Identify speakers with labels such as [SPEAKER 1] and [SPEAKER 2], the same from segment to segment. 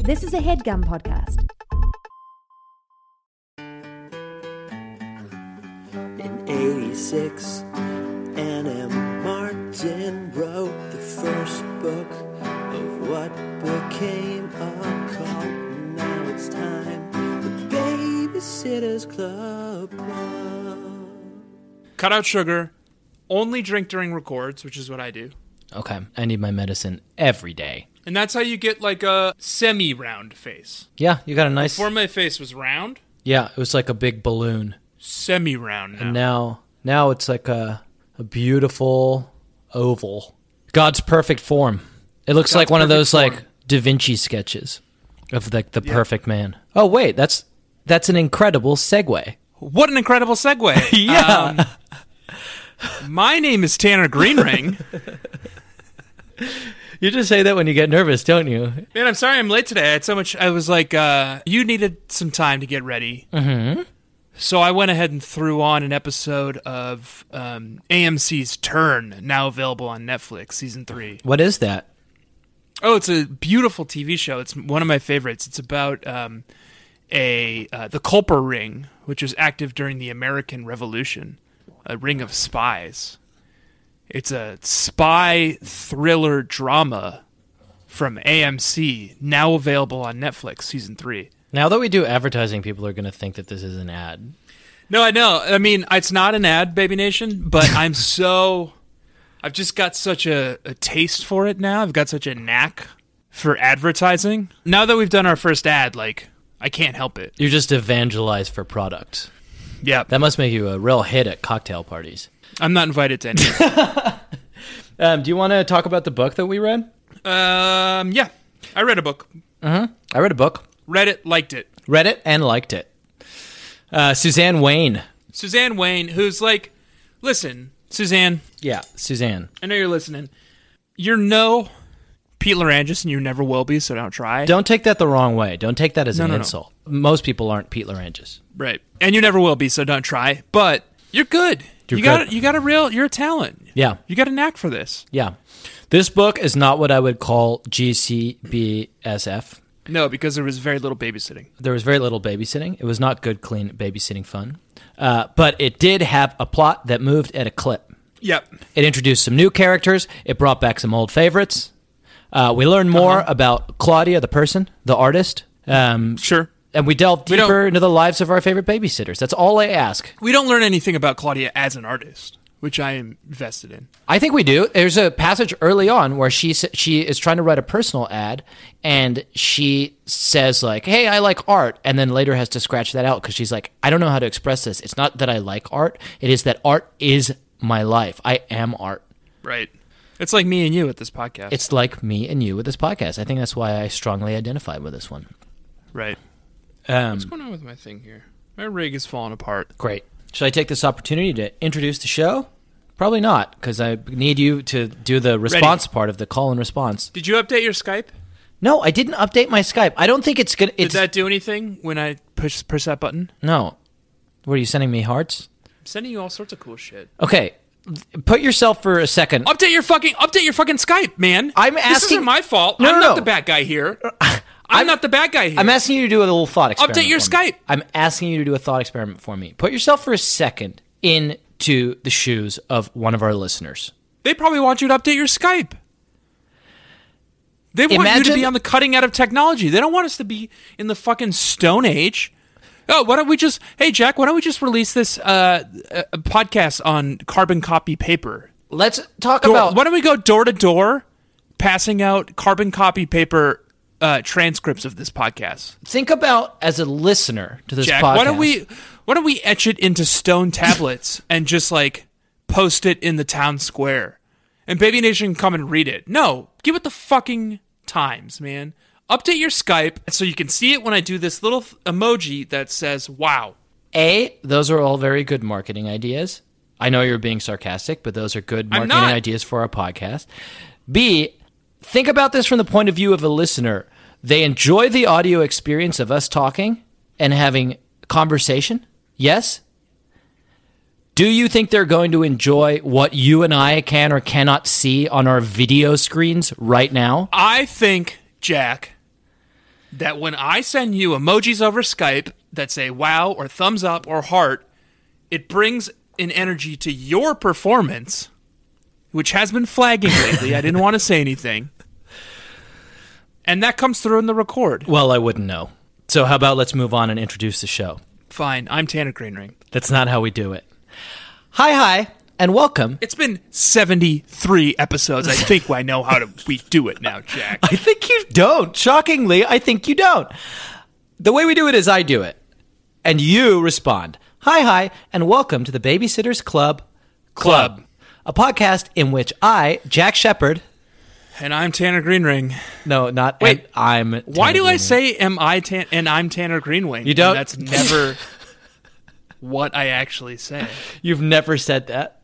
[SPEAKER 1] This is a headgum podcast.
[SPEAKER 2] In 86, Anna Martin wrote the first book of what became a cult. Now it's time, the Babysitter's Club.
[SPEAKER 3] cut out sugar, only drink during records, which is what I do.
[SPEAKER 4] Okay, I need my medicine every day.
[SPEAKER 3] And that's how you get like a semi round face.
[SPEAKER 4] Yeah, you got a nice.
[SPEAKER 3] Before my face was round,
[SPEAKER 4] yeah, it was like a big balloon,
[SPEAKER 3] semi round now.
[SPEAKER 4] and now now it's like a a beautiful oval. God's perfect form. It looks
[SPEAKER 3] God's
[SPEAKER 4] like one of
[SPEAKER 3] perfect
[SPEAKER 4] those like
[SPEAKER 3] form.
[SPEAKER 4] Da Vinci sketches of like the perfect man. Oh wait, that's that's an incredible segue.
[SPEAKER 3] what an incredible segue.
[SPEAKER 4] Yeah.
[SPEAKER 3] Um, my name is Tanner Greenring.
[SPEAKER 4] You just say that when you get nervous, don't you?
[SPEAKER 3] Man, I'm sorry I'm late today. I had so much. I was like, uh, you needed some time to get ready. Mm-hmm. So I went ahead and threw on an episode of um, AMC's Turn, now available on Netflix, season three.
[SPEAKER 4] What is that?
[SPEAKER 3] Oh, it's a beautiful TV show. It's one of my favorites. It's about um, a uh, the Culper Ring, which was active during the American Revolution, a ring of spies. It's a spy thriller drama from AMC, now available on Netflix, season three.
[SPEAKER 4] Now that we do advertising, people are going to think that this is an ad.
[SPEAKER 3] No, I know. I mean, it's not an ad, Baby Nation, but I'm so. I've just got such a, a taste for it now. I've got such a knack for advertising. Now that we've done our first ad, like, I can't help it.
[SPEAKER 4] You just evangelize for products.
[SPEAKER 3] Yeah.
[SPEAKER 4] That must make you a real hit at cocktail parties.
[SPEAKER 3] I'm not invited to any.
[SPEAKER 4] Um, do you want to talk about the book that we read?
[SPEAKER 3] um, yeah. I read a book,
[SPEAKER 4] I read a book,
[SPEAKER 3] read it, liked it.
[SPEAKER 4] read it, and liked it. Uh, Suzanne Wayne.
[SPEAKER 3] Suzanne Wayne, who's like, listen, Suzanne,
[SPEAKER 4] Yeah, Suzanne.
[SPEAKER 3] I know you're listening. You're no Pete Larangis, and you never will be, so don't try.
[SPEAKER 4] Don't take that the wrong way. Don't take that as
[SPEAKER 3] No,
[SPEAKER 4] an
[SPEAKER 3] no, no.
[SPEAKER 4] insult. Most people aren't Pete Larangis.
[SPEAKER 3] Right. And you never will be, so don't try. But you're good.
[SPEAKER 4] You're
[SPEAKER 3] you got
[SPEAKER 4] good.
[SPEAKER 3] you got a real you're a talent.
[SPEAKER 4] Yeah,
[SPEAKER 3] You got a knack for this.
[SPEAKER 4] yeah. This book is not what I would call GCBSF.
[SPEAKER 3] No, because there was very little babysitting.
[SPEAKER 4] There was very little babysitting. It was not good, clean babysitting fun. Uh, but it did have a plot that moved at a clip.
[SPEAKER 3] Yep.
[SPEAKER 4] It introduced some new characters. It brought back some old favorites. Uh, we learned more about Claudia, the person, the artist, um,
[SPEAKER 3] Sure.
[SPEAKER 4] and we delved
[SPEAKER 3] don't-
[SPEAKER 4] deeper into the lives of our favorite babysitters. That's all I ask.
[SPEAKER 3] We don't learn anything about Claudia as an artist, which I am vested in.
[SPEAKER 4] I think we do. There's a passage early on where she s- she is trying to write a personal ad, and she says like, "Hey, I like art," and then later has to scratch that out because she's like, "I don't know how to express this. It's not that I like art. It is that art is my life. I am art."
[SPEAKER 3] Right. It's like me and you at this podcast.
[SPEAKER 4] It's like me and you with this podcast. I think that's why I strongly identify with this one.
[SPEAKER 3] right.
[SPEAKER 4] Um,
[SPEAKER 3] What's going on with my thing here? My rig is falling apart.
[SPEAKER 4] great. Should I take this opportunity to introduce the show? Probably not, because I need you to do the response part of the call and response.
[SPEAKER 3] Did you update your Skype?
[SPEAKER 4] No, I didn't update my Skype. I don't think it's gonna.
[SPEAKER 3] Did
[SPEAKER 4] It's
[SPEAKER 3] that do anything when I push push that button?
[SPEAKER 4] no. Were you sending me hearts?
[SPEAKER 3] I'm sending you all sorts of cool shit.
[SPEAKER 4] Okay, put yourself for a second.
[SPEAKER 3] Update your fucking update your fucking Skype, man.
[SPEAKER 4] I'm
[SPEAKER 3] This
[SPEAKER 4] asking-
[SPEAKER 3] isn't my fault.
[SPEAKER 4] No,
[SPEAKER 3] I'm
[SPEAKER 4] no,
[SPEAKER 3] not
[SPEAKER 4] no. Uh,
[SPEAKER 3] the bad guy here. I'm, not the bad guy here.
[SPEAKER 4] I'm asking you to do a little thought experiment.
[SPEAKER 3] Update your
[SPEAKER 4] for me.
[SPEAKER 3] Skype.
[SPEAKER 4] I'm asking you to do a thought experiment for me. Put yourself for a second into the shoes of one of our listeners.
[SPEAKER 3] they probably want you to update your Skype. They want you
[SPEAKER 4] Imagine-
[SPEAKER 3] to be on the cutting edge of technology. They don't want us to be in the fucking stone age. Oh, why don't we just Hey Jack, why don't we just release this uh, uh podcast on carbon copy paper?
[SPEAKER 4] Let's talk
[SPEAKER 3] Door-
[SPEAKER 4] about
[SPEAKER 3] why don't we go door to door passing out carbon copy paper uh, transcripts of this podcast?
[SPEAKER 4] think about as a listener to this
[SPEAKER 3] Jack,
[SPEAKER 4] podcast.
[SPEAKER 3] why don't we why don't we etch it into stone tablets and just like post it in the town square? And Baby Nation can come and read it. No, give it the fucking times, man. Update your Skype so you can see it when I do this little th- emoji that says wow.
[SPEAKER 4] A, those are all very good marketing ideas. I know you're being sarcastic, but those are good
[SPEAKER 3] I'm
[SPEAKER 4] marketing
[SPEAKER 3] not.
[SPEAKER 4] ideas for our podcast. B, think about this from the point of view of a listener. They enjoy the audio experience of us talking and having conversation. Yes? Do you think they're going to enjoy what you and I can or cannot see on our video screens right now?
[SPEAKER 3] I think, Jack, that when I send you emojis over Skype that say wow or thumbs up or heart, it brings an energy to your performance, which has been flagging lately. I didn't want to say anything. And that comes through in the record.
[SPEAKER 4] Well, I wouldn't know. So how about let's move on and introduce the show?
[SPEAKER 3] Fine, I'm Tanner Greenring.
[SPEAKER 4] That's not how we do it. Hi, hi, and welcome.
[SPEAKER 3] It's been 73 episodes. I think I know how to we do it now, Jack.
[SPEAKER 4] I think you don't. Shockingly, I think you don't. The way we do it is I do it, and you respond. Hi, hi, and welcome to the Babysitters Club
[SPEAKER 3] Club.
[SPEAKER 4] a podcast in which I, Jack Shepard,
[SPEAKER 3] And I'm Tanner Greenring.
[SPEAKER 4] no, not
[SPEAKER 3] Wait.
[SPEAKER 4] and I'm.
[SPEAKER 3] Why
[SPEAKER 4] Tanner
[SPEAKER 3] do I
[SPEAKER 4] Greenway.
[SPEAKER 3] say am I Tan- and I'm Tanner Greenwing?
[SPEAKER 4] You don't?
[SPEAKER 3] And that's never what I actually say.
[SPEAKER 4] you've never said that?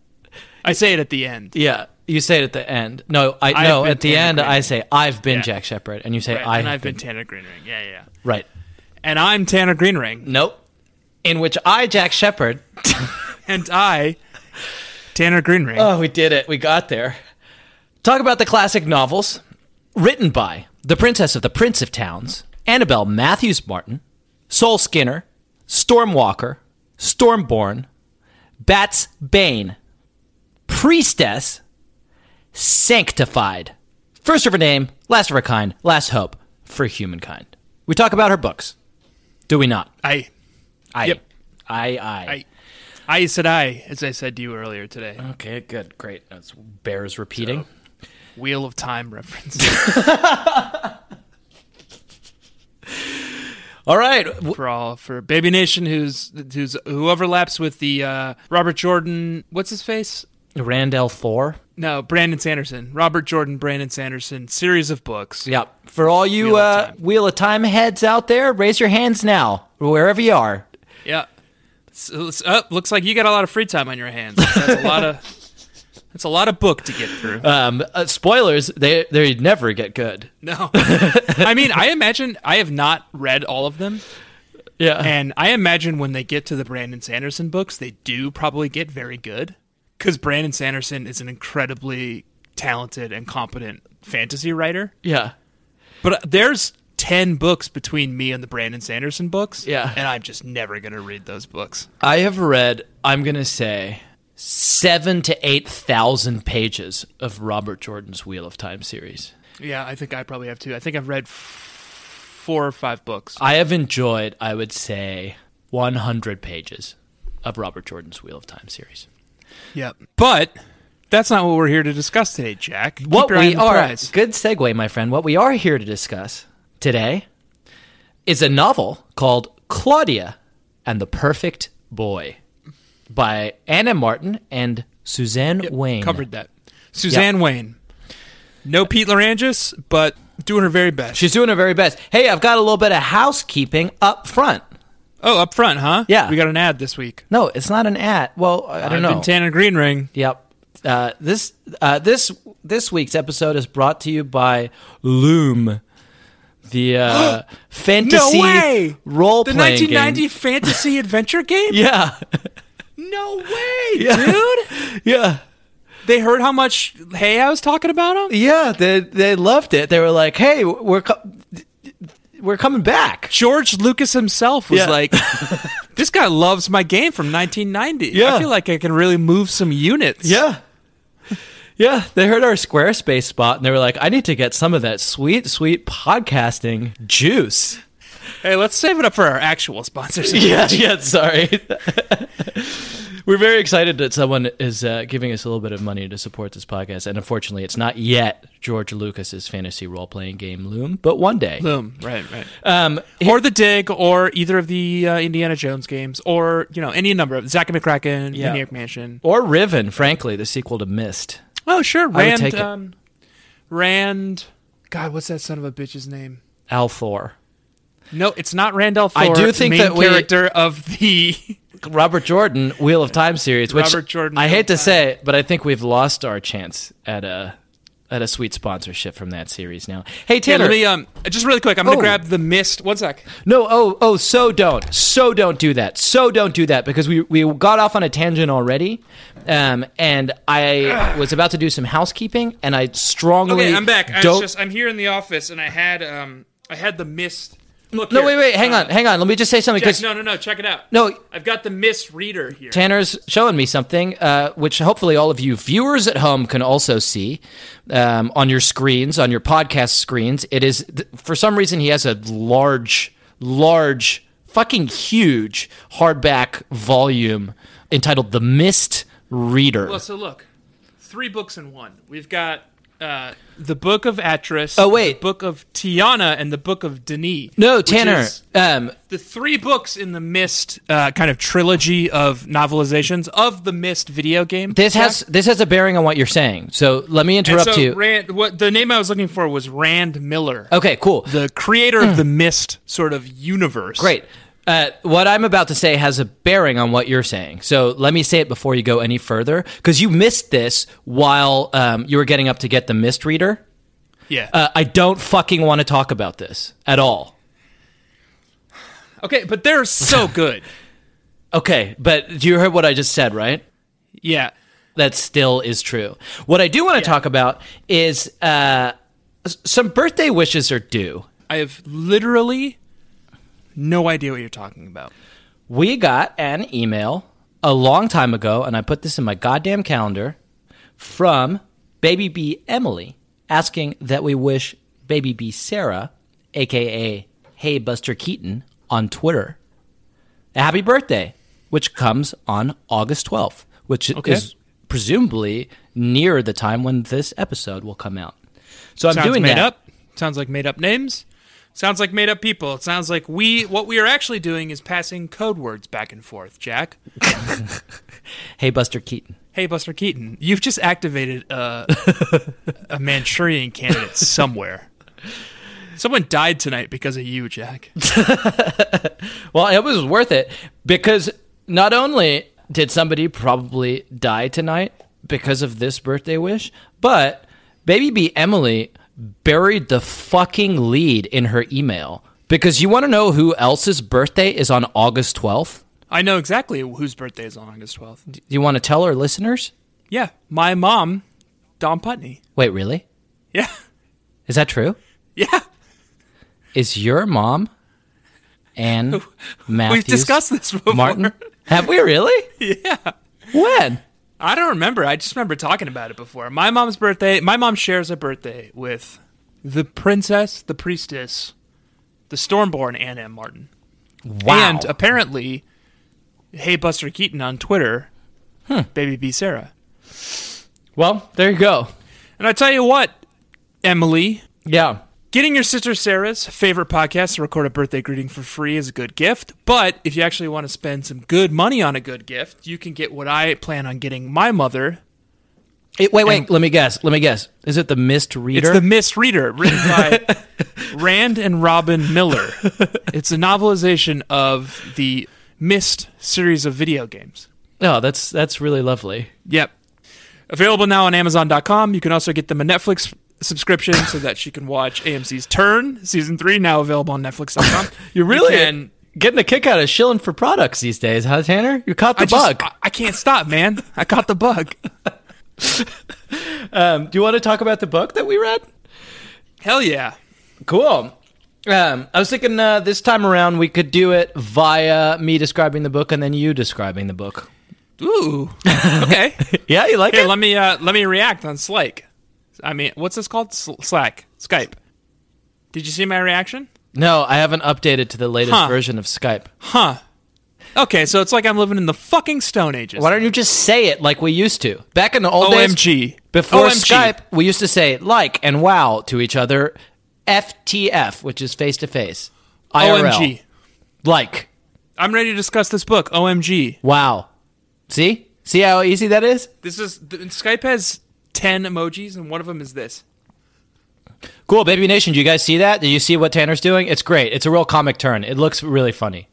[SPEAKER 3] I say it at the end.
[SPEAKER 4] Yeah, you say it at the end. No, I
[SPEAKER 3] I've
[SPEAKER 4] no
[SPEAKER 3] been
[SPEAKER 4] at the
[SPEAKER 3] Tanner
[SPEAKER 4] end. I
[SPEAKER 3] Greenway.
[SPEAKER 4] say I've been
[SPEAKER 3] Yeah.
[SPEAKER 4] Jack Shepard, and you say
[SPEAKER 3] Right,
[SPEAKER 4] I.
[SPEAKER 3] and
[SPEAKER 4] have
[SPEAKER 3] I've been Tanner Greenring. Yeah, yeah.
[SPEAKER 4] right.
[SPEAKER 3] And I'm Tanner Greenring.
[SPEAKER 4] Nope. In which I, Jack Shepard.
[SPEAKER 3] And I, Tanner Greenring.
[SPEAKER 4] Oh, we did it. We got there. Talk about the classic novels written by the Princess of the Prince of Towns, Annabelle Matthews Martin, Sol Skinner, Stormwalker, Stormborn, Bats Bane, Priestess, Sanctified. First of her name, last of her kind, last hope for humankind. We talk about her books, do we not?
[SPEAKER 3] I,
[SPEAKER 4] I,
[SPEAKER 3] Yep.
[SPEAKER 4] I, I.
[SPEAKER 3] I, I said I, as I said to you earlier today.
[SPEAKER 4] Okay, good, great. That's bears repeating.
[SPEAKER 3] Wheel of Time reference.
[SPEAKER 4] All right. W-
[SPEAKER 3] for all for Baby Nation, who's who's who overlaps with the uh, Robert Jordan. What's his face?
[SPEAKER 4] Randall Thor.
[SPEAKER 3] No, Brandon Sanderson. Robert Jordan, Brandon Sanderson. Series of books.
[SPEAKER 4] Yep. For all you
[SPEAKER 3] Wheel of
[SPEAKER 4] uh,
[SPEAKER 3] Time.
[SPEAKER 4] Wheel of Time heads out there, raise your hands now, wherever you are.
[SPEAKER 3] Yeah. So, so- oh, looks like you got a lot of free time on your hands. That's a lot of. That's a lot of book to get through.
[SPEAKER 4] Um, uh, spoilers, they they never get good.
[SPEAKER 3] no, I mean, I imagine I have not read all of them,
[SPEAKER 4] Yeah.
[SPEAKER 3] and I imagine when they get to the Brandon Sanderson books, they do probably get very good because Brandon Sanderson is an incredibly talented and competent fantasy writer.
[SPEAKER 4] yeah.
[SPEAKER 3] But uh, there's ten books between me and the Brandon Sanderson books,
[SPEAKER 4] Yeah.
[SPEAKER 3] and I'm just never gonna read those books.
[SPEAKER 4] I have read, I'm going to say, seven to 8,000 pages of Robert Jordan's Wheel of Time series.
[SPEAKER 3] Yeah, I think I probably have two. I think I've read f- four or five books.
[SPEAKER 4] I have enjoyed, I would say, 100 pages of Robert Jordan's Wheel of Time series.
[SPEAKER 3] Yep. But that's not what we're here to discuss today, Jack. Keep
[SPEAKER 4] what
[SPEAKER 3] your eye
[SPEAKER 4] we
[SPEAKER 3] on the
[SPEAKER 4] are
[SPEAKER 3] prize.
[SPEAKER 4] good segue my friend what we are here to discuss today is a novel called claudia and the perfect boy by anna martin and suzanne wayne
[SPEAKER 3] Covered that. Suzanne Wayne. No Pete Larangis, but doing her very best.
[SPEAKER 4] she's doing her very best hey i've got a little bit of housekeeping up front
[SPEAKER 3] oh, up front, huh?
[SPEAKER 4] Yeah.
[SPEAKER 3] We got an ad this week.
[SPEAKER 4] no it's not an ad well i I don't
[SPEAKER 3] I've
[SPEAKER 4] know
[SPEAKER 3] been Tanner Greenring.
[SPEAKER 4] Yep. Uh, this uh, this this week's episode is brought to you by Loom, the uh, fantasy
[SPEAKER 3] No way!
[SPEAKER 4] role
[SPEAKER 3] The
[SPEAKER 4] playing
[SPEAKER 3] 1990
[SPEAKER 4] game.
[SPEAKER 3] fantasy adventure game?
[SPEAKER 4] Yeah,
[SPEAKER 3] No way, dude.
[SPEAKER 4] yeah,
[SPEAKER 3] They heard how much hay I was talking about him?
[SPEAKER 4] yeah. They they loved it. They were like, "Hey, we're co- we're coming back."
[SPEAKER 3] George Lucas himself was
[SPEAKER 4] Yeah.
[SPEAKER 3] like, this guy loves my game from 1990.
[SPEAKER 4] Yeah.
[SPEAKER 3] I feel like I can really move some units.
[SPEAKER 4] Yeah. Yeah, they heard our Squarespace spot and they were like, I need to get some of that sweet, sweet podcasting juice.
[SPEAKER 3] Hey, let's save it up for our actual sponsors.
[SPEAKER 4] yeah, yeah, sorry. We're very excited that someone is uh, giving us a little bit of money to support this podcast. And unfortunately, it's not yet George Lucas's fantasy role playing game Loom, but one day.
[SPEAKER 3] Boom. Right, right.
[SPEAKER 4] Um,
[SPEAKER 3] or The Dig, or either of the uh, Indiana Jones games, or, you know, any number of Zack and McCracken,
[SPEAKER 4] Yeah.
[SPEAKER 3] Maniac Mansion.
[SPEAKER 4] or Riven, frankly, the sequel to Mist.
[SPEAKER 3] Oh, sure.
[SPEAKER 4] would
[SPEAKER 3] Rand.
[SPEAKER 4] take it.
[SPEAKER 3] Um, Rand. God, what's that son of a bitch's name?
[SPEAKER 4] Al Thor.
[SPEAKER 3] No, it's not Randolph
[SPEAKER 4] I
[SPEAKER 3] Thor,
[SPEAKER 4] do think
[SPEAKER 3] main
[SPEAKER 4] that we-
[SPEAKER 3] character of the.
[SPEAKER 4] Robert Jordan, Wheel of Time series, which
[SPEAKER 3] Robert Jordan,
[SPEAKER 4] I
[SPEAKER 3] Wheel
[SPEAKER 4] hate
[SPEAKER 3] of
[SPEAKER 4] to
[SPEAKER 3] Time.
[SPEAKER 4] say, but I think we've lost our chance at a at a sweet sponsorship from that series now. Hey,
[SPEAKER 3] Hey,
[SPEAKER 4] Tanner.
[SPEAKER 3] let me um just really quick. I'm gonna
[SPEAKER 4] Oh.
[SPEAKER 3] grab the mist. One sec.
[SPEAKER 4] No, oh, oh, so don't, so don't do that, so don't do that, because we we got off on a tangent already, um, and I was about to do some housekeeping, and I strongly
[SPEAKER 3] Okay, I'm back. I was
[SPEAKER 4] don't-
[SPEAKER 3] just I'm here in the office, and I had um I had the mist. Look
[SPEAKER 4] No,
[SPEAKER 3] here.
[SPEAKER 4] wait, wait, hang
[SPEAKER 3] Uh,
[SPEAKER 4] on, hang on. Let me just say something
[SPEAKER 3] Jack,
[SPEAKER 4] because
[SPEAKER 3] no, no, no. Check it out.
[SPEAKER 4] No.
[SPEAKER 3] I've got the mist reader here.
[SPEAKER 4] Tanner's showing me something, uh, which hopefully all of you viewers at home can also see um, on your screens, on your podcast screens. It is th- for some reason he has a large, large, fucking huge hardback volume entitled "The Mist Reader."
[SPEAKER 3] Well, so look, three books in one. We've got uh, the book of Atris.
[SPEAKER 4] Oh, wait.
[SPEAKER 3] the book of Tiana and the book of Denis.
[SPEAKER 4] no,
[SPEAKER 3] which
[SPEAKER 4] Tanner.
[SPEAKER 3] is
[SPEAKER 4] Um,
[SPEAKER 3] the three books in the Mist uh, kind of trilogy of novelizations of the Mist video game.
[SPEAKER 4] this
[SPEAKER 3] Jack.
[SPEAKER 4] has this has a bearing on what you're saying. So let me
[SPEAKER 3] And
[SPEAKER 4] interrupt
[SPEAKER 3] so
[SPEAKER 4] you. Oh,
[SPEAKER 3] Rand, what the name I was looking for was Rand Miller.
[SPEAKER 4] okay, cool.
[SPEAKER 3] The creator of the Mist sort of universe.
[SPEAKER 4] Hmm. Great. Uh, what I'm about to say has a bearing on what you're saying. So let me say it before you go any further, because you missed this while um, you were getting up to get the mist reader.
[SPEAKER 3] Yeah.
[SPEAKER 4] Uh, I don't fucking want to talk about this at all.
[SPEAKER 3] okay, but they're so good.
[SPEAKER 4] Okay, but you heard what I just said, right?
[SPEAKER 3] Yeah.
[SPEAKER 4] That still is true. What I do want to talk about is uh, s- some birthday wishes are due.
[SPEAKER 3] I have literally no idea what you're talking about.
[SPEAKER 4] We got an email a long time ago, and I put this in my goddamn calendar from Baby B Emily asking that we wish Baby B Sarah, aka Hey Buster Keaton, on Twitter a happy birthday, which comes on August 12th, which
[SPEAKER 3] Okay.
[SPEAKER 4] is presumably near the time when this episode will come out. So I'm
[SPEAKER 3] sounds
[SPEAKER 4] doing
[SPEAKER 3] made
[SPEAKER 4] that.
[SPEAKER 3] up. Sounds like made up names. Sounds like made up people. It sounds like we what we are actually doing is passing code words back and forth, Jack.
[SPEAKER 4] Hey Buster Keaton.
[SPEAKER 3] Hey Buster Keaton, you've just activated uh, a Manchurian candidate somewhere. Someone died tonight because of you, Jack.
[SPEAKER 4] Well, it was worth it because not only did somebody probably die tonight because of this birthday wish, but Baby B Emily buried the fucking lead in her email. Because you want to know who else's birthday is on August 12th?
[SPEAKER 3] I know exactly whose birthday is on August 12th.
[SPEAKER 4] Do you want to tell our listeners?
[SPEAKER 3] Yeah, my mom, Don Putney.
[SPEAKER 4] Wait, really?
[SPEAKER 3] Yeah.
[SPEAKER 4] Is that true?
[SPEAKER 3] Yeah.
[SPEAKER 4] Is your mom and Matthews?
[SPEAKER 3] We've discussed this before.
[SPEAKER 4] Martin? Have we really? Yeah. When?
[SPEAKER 3] I don't remember. I just remember talking about it before. My mom's birthday. My mom shares a birthday with the princess, the priestess, the Stormborn, Anna M. Martin,
[SPEAKER 4] Wow.
[SPEAKER 3] and apparently, hey Buster Keaton on Twitter, baby B Sarah.
[SPEAKER 4] well, there you go.
[SPEAKER 3] And I tell you what, Emily,
[SPEAKER 4] Yeah.
[SPEAKER 3] Getting your sister Sarah's favorite podcast to record a birthday greeting for free is a good gift, but if you actually want to spend some good money on a good gift, you can get what I plan on getting my mother.
[SPEAKER 4] It- wait, wait. let me guess. Let me guess. Is it the mist reader?
[SPEAKER 3] It's the Miss Reader, written by Rand and Robin Miller. It's a novelization of the Mist series of video games.
[SPEAKER 4] oh, that's that's really lovely.
[SPEAKER 3] Yep. Available now on Amazon.com. You can also get them a Netflix subscription so that she can watch AMC's Turn, season three, now available on Netflix.com.
[SPEAKER 4] You're
[SPEAKER 3] really
[SPEAKER 4] and getting a kick out of shilling for products these days, huh, Tanner? You caught the
[SPEAKER 3] I just-
[SPEAKER 4] bug.
[SPEAKER 3] I, I can't stop, man. I caught the bug.
[SPEAKER 4] um, do you want to talk about the book that we read?
[SPEAKER 3] Hell yeah.
[SPEAKER 4] Cool. Um, I was thinking uh, this time around we could do it via me describing the book and then you describing the book.
[SPEAKER 3] Ooh. Okay.
[SPEAKER 4] Yeah, you like
[SPEAKER 3] Here,
[SPEAKER 4] it?
[SPEAKER 3] let me uh, let me react on Slack. I mean, what's this called? Sl- Slack. Skype. Did you see my reaction?
[SPEAKER 4] no, I haven't updated to the latest
[SPEAKER 3] Huh.
[SPEAKER 4] version of Skype.
[SPEAKER 3] Huh. Okay, so it's like I'm living in the fucking Stone Ages.
[SPEAKER 4] Why don't you just say it like we used to? Back in the old days,
[SPEAKER 3] OMG.
[SPEAKER 4] before
[SPEAKER 3] OMG.
[SPEAKER 4] Skype, we used to say like and wow to each other, FTF, which is face to face, IRL,
[SPEAKER 3] OMG.
[SPEAKER 4] like
[SPEAKER 3] I'm ready to discuss this book. OMG.
[SPEAKER 4] wow. See, see how easy that is.
[SPEAKER 3] This is th- Skype has 10 emojis and one of them is this.
[SPEAKER 4] Cool, baby nation. Do you guys see that? Did you see what Tanner's doing? It's great. It's a real comic turn. It looks really funny.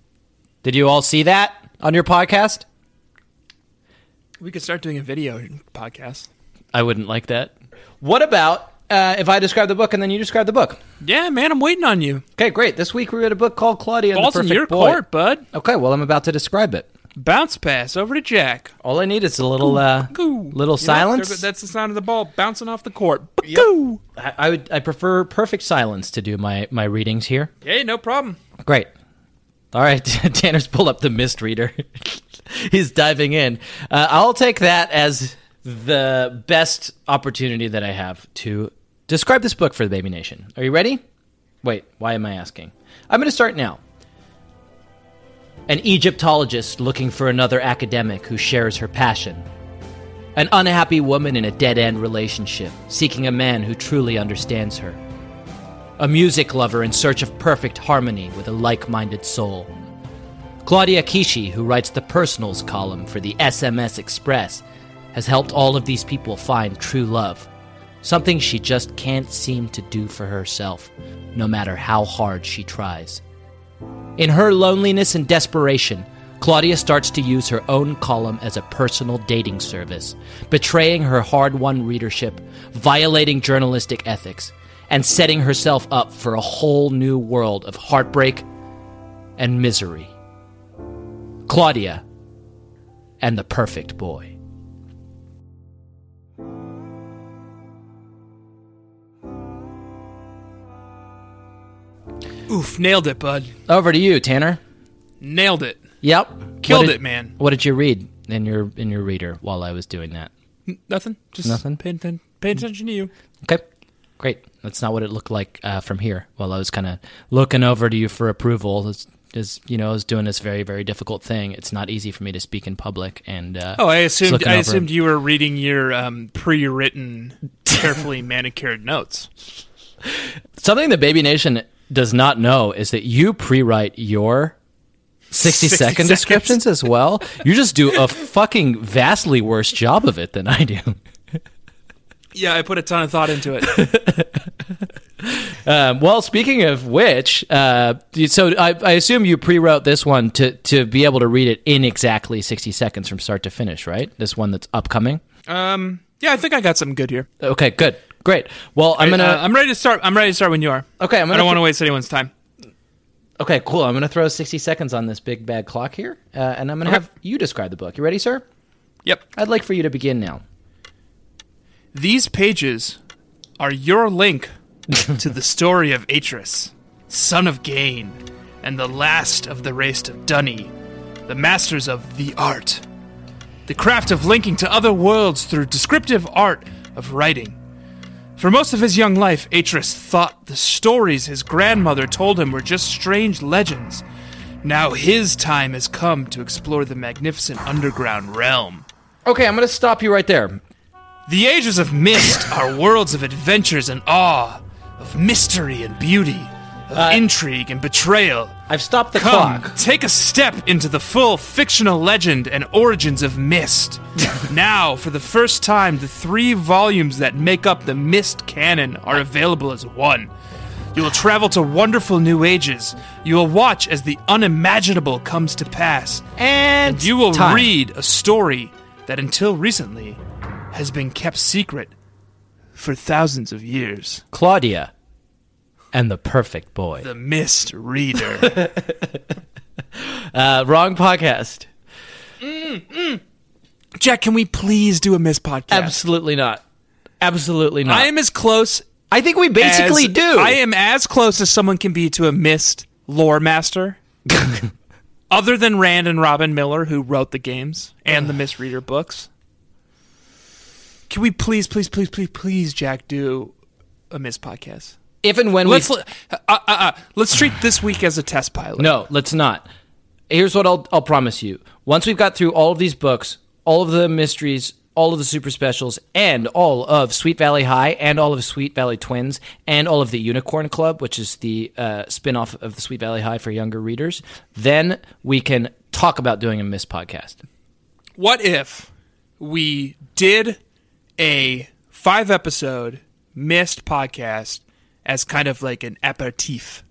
[SPEAKER 4] Did you all see that on your podcast?
[SPEAKER 3] We could start doing a video podcast.
[SPEAKER 4] I wouldn't like that. What about uh, if I describe the book and then you describe the book?
[SPEAKER 3] Yeah, man, I'm waiting on you.
[SPEAKER 4] Okay, great. This week we read a book called Claudia and
[SPEAKER 3] Balls
[SPEAKER 4] the
[SPEAKER 3] in
[SPEAKER 4] Perfect
[SPEAKER 3] your
[SPEAKER 4] Boy.
[SPEAKER 3] court, bud.
[SPEAKER 4] Okay, well, I'm about to describe it.
[SPEAKER 3] Bounce pass over to Jack.
[SPEAKER 4] All I need is a little uh,
[SPEAKER 3] Goo. You
[SPEAKER 4] little
[SPEAKER 3] know,
[SPEAKER 4] silence.
[SPEAKER 3] there go- that's the sound of the ball bouncing off the court. Goo.
[SPEAKER 4] I, I would I prefer perfect silence to do my my readings here.
[SPEAKER 3] Hey, no problem.
[SPEAKER 4] Great. All right, Tanner's pulled up the mist reader. He's diving in. Uh, I'll take that as the best opportunity that I have to describe this book for the Baby Nation. Are you ready? Wait, why am I asking? I'm going to start now. An Egyptologist looking for another academic who shares her passion. An unhappy woman in a dead end relationship seeking a man who truly understands her a music lover in search of perfect harmony with a like minded soul. Claudia Kishi, who writes the personals column for the SMS Express, has helped all of these people find true love, something she just can't seem to do for herself, no matter how hard she tries. In her loneliness and desperation, Claudia starts to use her own column as a personal dating service, betraying her hard won readership, violating journalistic ethics, and setting herself up for a whole new world of heartbreak and misery. Claudia and the Perfect Boy.
[SPEAKER 3] Oof, nailed it, bud.
[SPEAKER 4] Over to you, Tanner.
[SPEAKER 3] Nailed it.
[SPEAKER 4] Yep.
[SPEAKER 3] Killed
[SPEAKER 4] What did-
[SPEAKER 3] it, man.
[SPEAKER 4] What did you read in your in your reader while I was doing that?
[SPEAKER 3] Nothing. Just
[SPEAKER 4] Nothing?
[SPEAKER 3] Pay, atten- pay attention to you.
[SPEAKER 4] Okay, great. That's not what it looked like uh, from here. While I was kind of looking over to you for approval, is, is you know, I was doing this very, very difficult thing. It's not easy for me to speak in public, and uh,
[SPEAKER 3] Oh, I
[SPEAKER 4] just
[SPEAKER 3] assumed
[SPEAKER 4] looking
[SPEAKER 3] I
[SPEAKER 4] over-
[SPEAKER 3] assumed you were reading your um, pre-written, carefully manicured notes.
[SPEAKER 4] something that Baby Nation does not know is that you pre-write your.
[SPEAKER 3] 60
[SPEAKER 4] 60 second
[SPEAKER 3] seconds.
[SPEAKER 4] descriptions as well. You just do a fucking vastly worse job of it than I do.
[SPEAKER 3] Yeah, I put a ton of thought into it.
[SPEAKER 4] Um, well, speaking of which, uh, so I, I assume you pre-wrote this one to to be able to read it in exactly sixty seconds from start to finish, right? This one that's upcoming.
[SPEAKER 3] Um, yeah, I think I got something good here.
[SPEAKER 4] Okay, good, great. Well, I'm gonna.
[SPEAKER 3] Uh, I'm ready to start. I'm ready to start when you are.
[SPEAKER 4] okay, I'm
[SPEAKER 3] I
[SPEAKER 4] gonna.
[SPEAKER 3] don't want to waste anyone's time.
[SPEAKER 4] okay, cool. I'm gonna throw sixty seconds on this big bad clock here, uh, and I'm gonna have you describe the book. You ready, sir?
[SPEAKER 3] Yep.
[SPEAKER 4] I'd like for you to begin now.
[SPEAKER 3] These pages are your link to the story of Atris, son of Gain, and the last of the race of Dunny, the masters of the art. The craft of linking to other worlds through descriptive art of writing. For most of his young life, Atris thought the stories his grandmother told him were just strange legends. Now his time has come to explore the magnificent underground realm.
[SPEAKER 4] Okay, I'm gonna stop you right there.
[SPEAKER 3] The Ages of Mist are worlds of adventures and awe, of mystery and beauty, of intrigue and betrayal.
[SPEAKER 4] I've stopped the
[SPEAKER 3] Come,
[SPEAKER 4] clock.
[SPEAKER 3] take a step into the full fictional legend and origins of Mist. now, for the first time, the three volumes that make up the Mist canon are available as one. You will travel to wonderful new ages. You will watch as the unimaginable comes to pass.
[SPEAKER 4] And
[SPEAKER 3] You will
[SPEAKER 4] time.
[SPEAKER 3] read a story that until recently has been kept secret for thousands of years.
[SPEAKER 4] Claudia and the Perfect Boy.
[SPEAKER 3] The Mist Reader.
[SPEAKER 4] Uh, wrong podcast.
[SPEAKER 3] Jack, can we please do a Mist podcast?
[SPEAKER 4] Absolutely not. Absolutely not.
[SPEAKER 3] I am as close
[SPEAKER 4] I think we basically
[SPEAKER 3] as-
[SPEAKER 4] do.
[SPEAKER 3] I am as close as someone can be to a Mist lore master. Other than Rand and Robin Miller, who wrote the games and the Mist Reader books. Can we please, please, please, please, please, Jack, do a Mist podcast?
[SPEAKER 4] If and when
[SPEAKER 3] Let's
[SPEAKER 4] we
[SPEAKER 3] uh, uh, uh, let's treat this week as a test pilot.
[SPEAKER 4] no, let's not. Here's what I'll I'll promise you. Once we've got through all of these books, all of the mysteries, all of the super specials, and all of Sweet Valley High, and all of Sweet Valley Twins, and all of the Unicorn Club, which is the uh, spin off of the Sweet Valley High for younger readers, then we can talk about doing a miss podcast.
[SPEAKER 3] What if we did a five episode missed podcast as kind of like an aperitif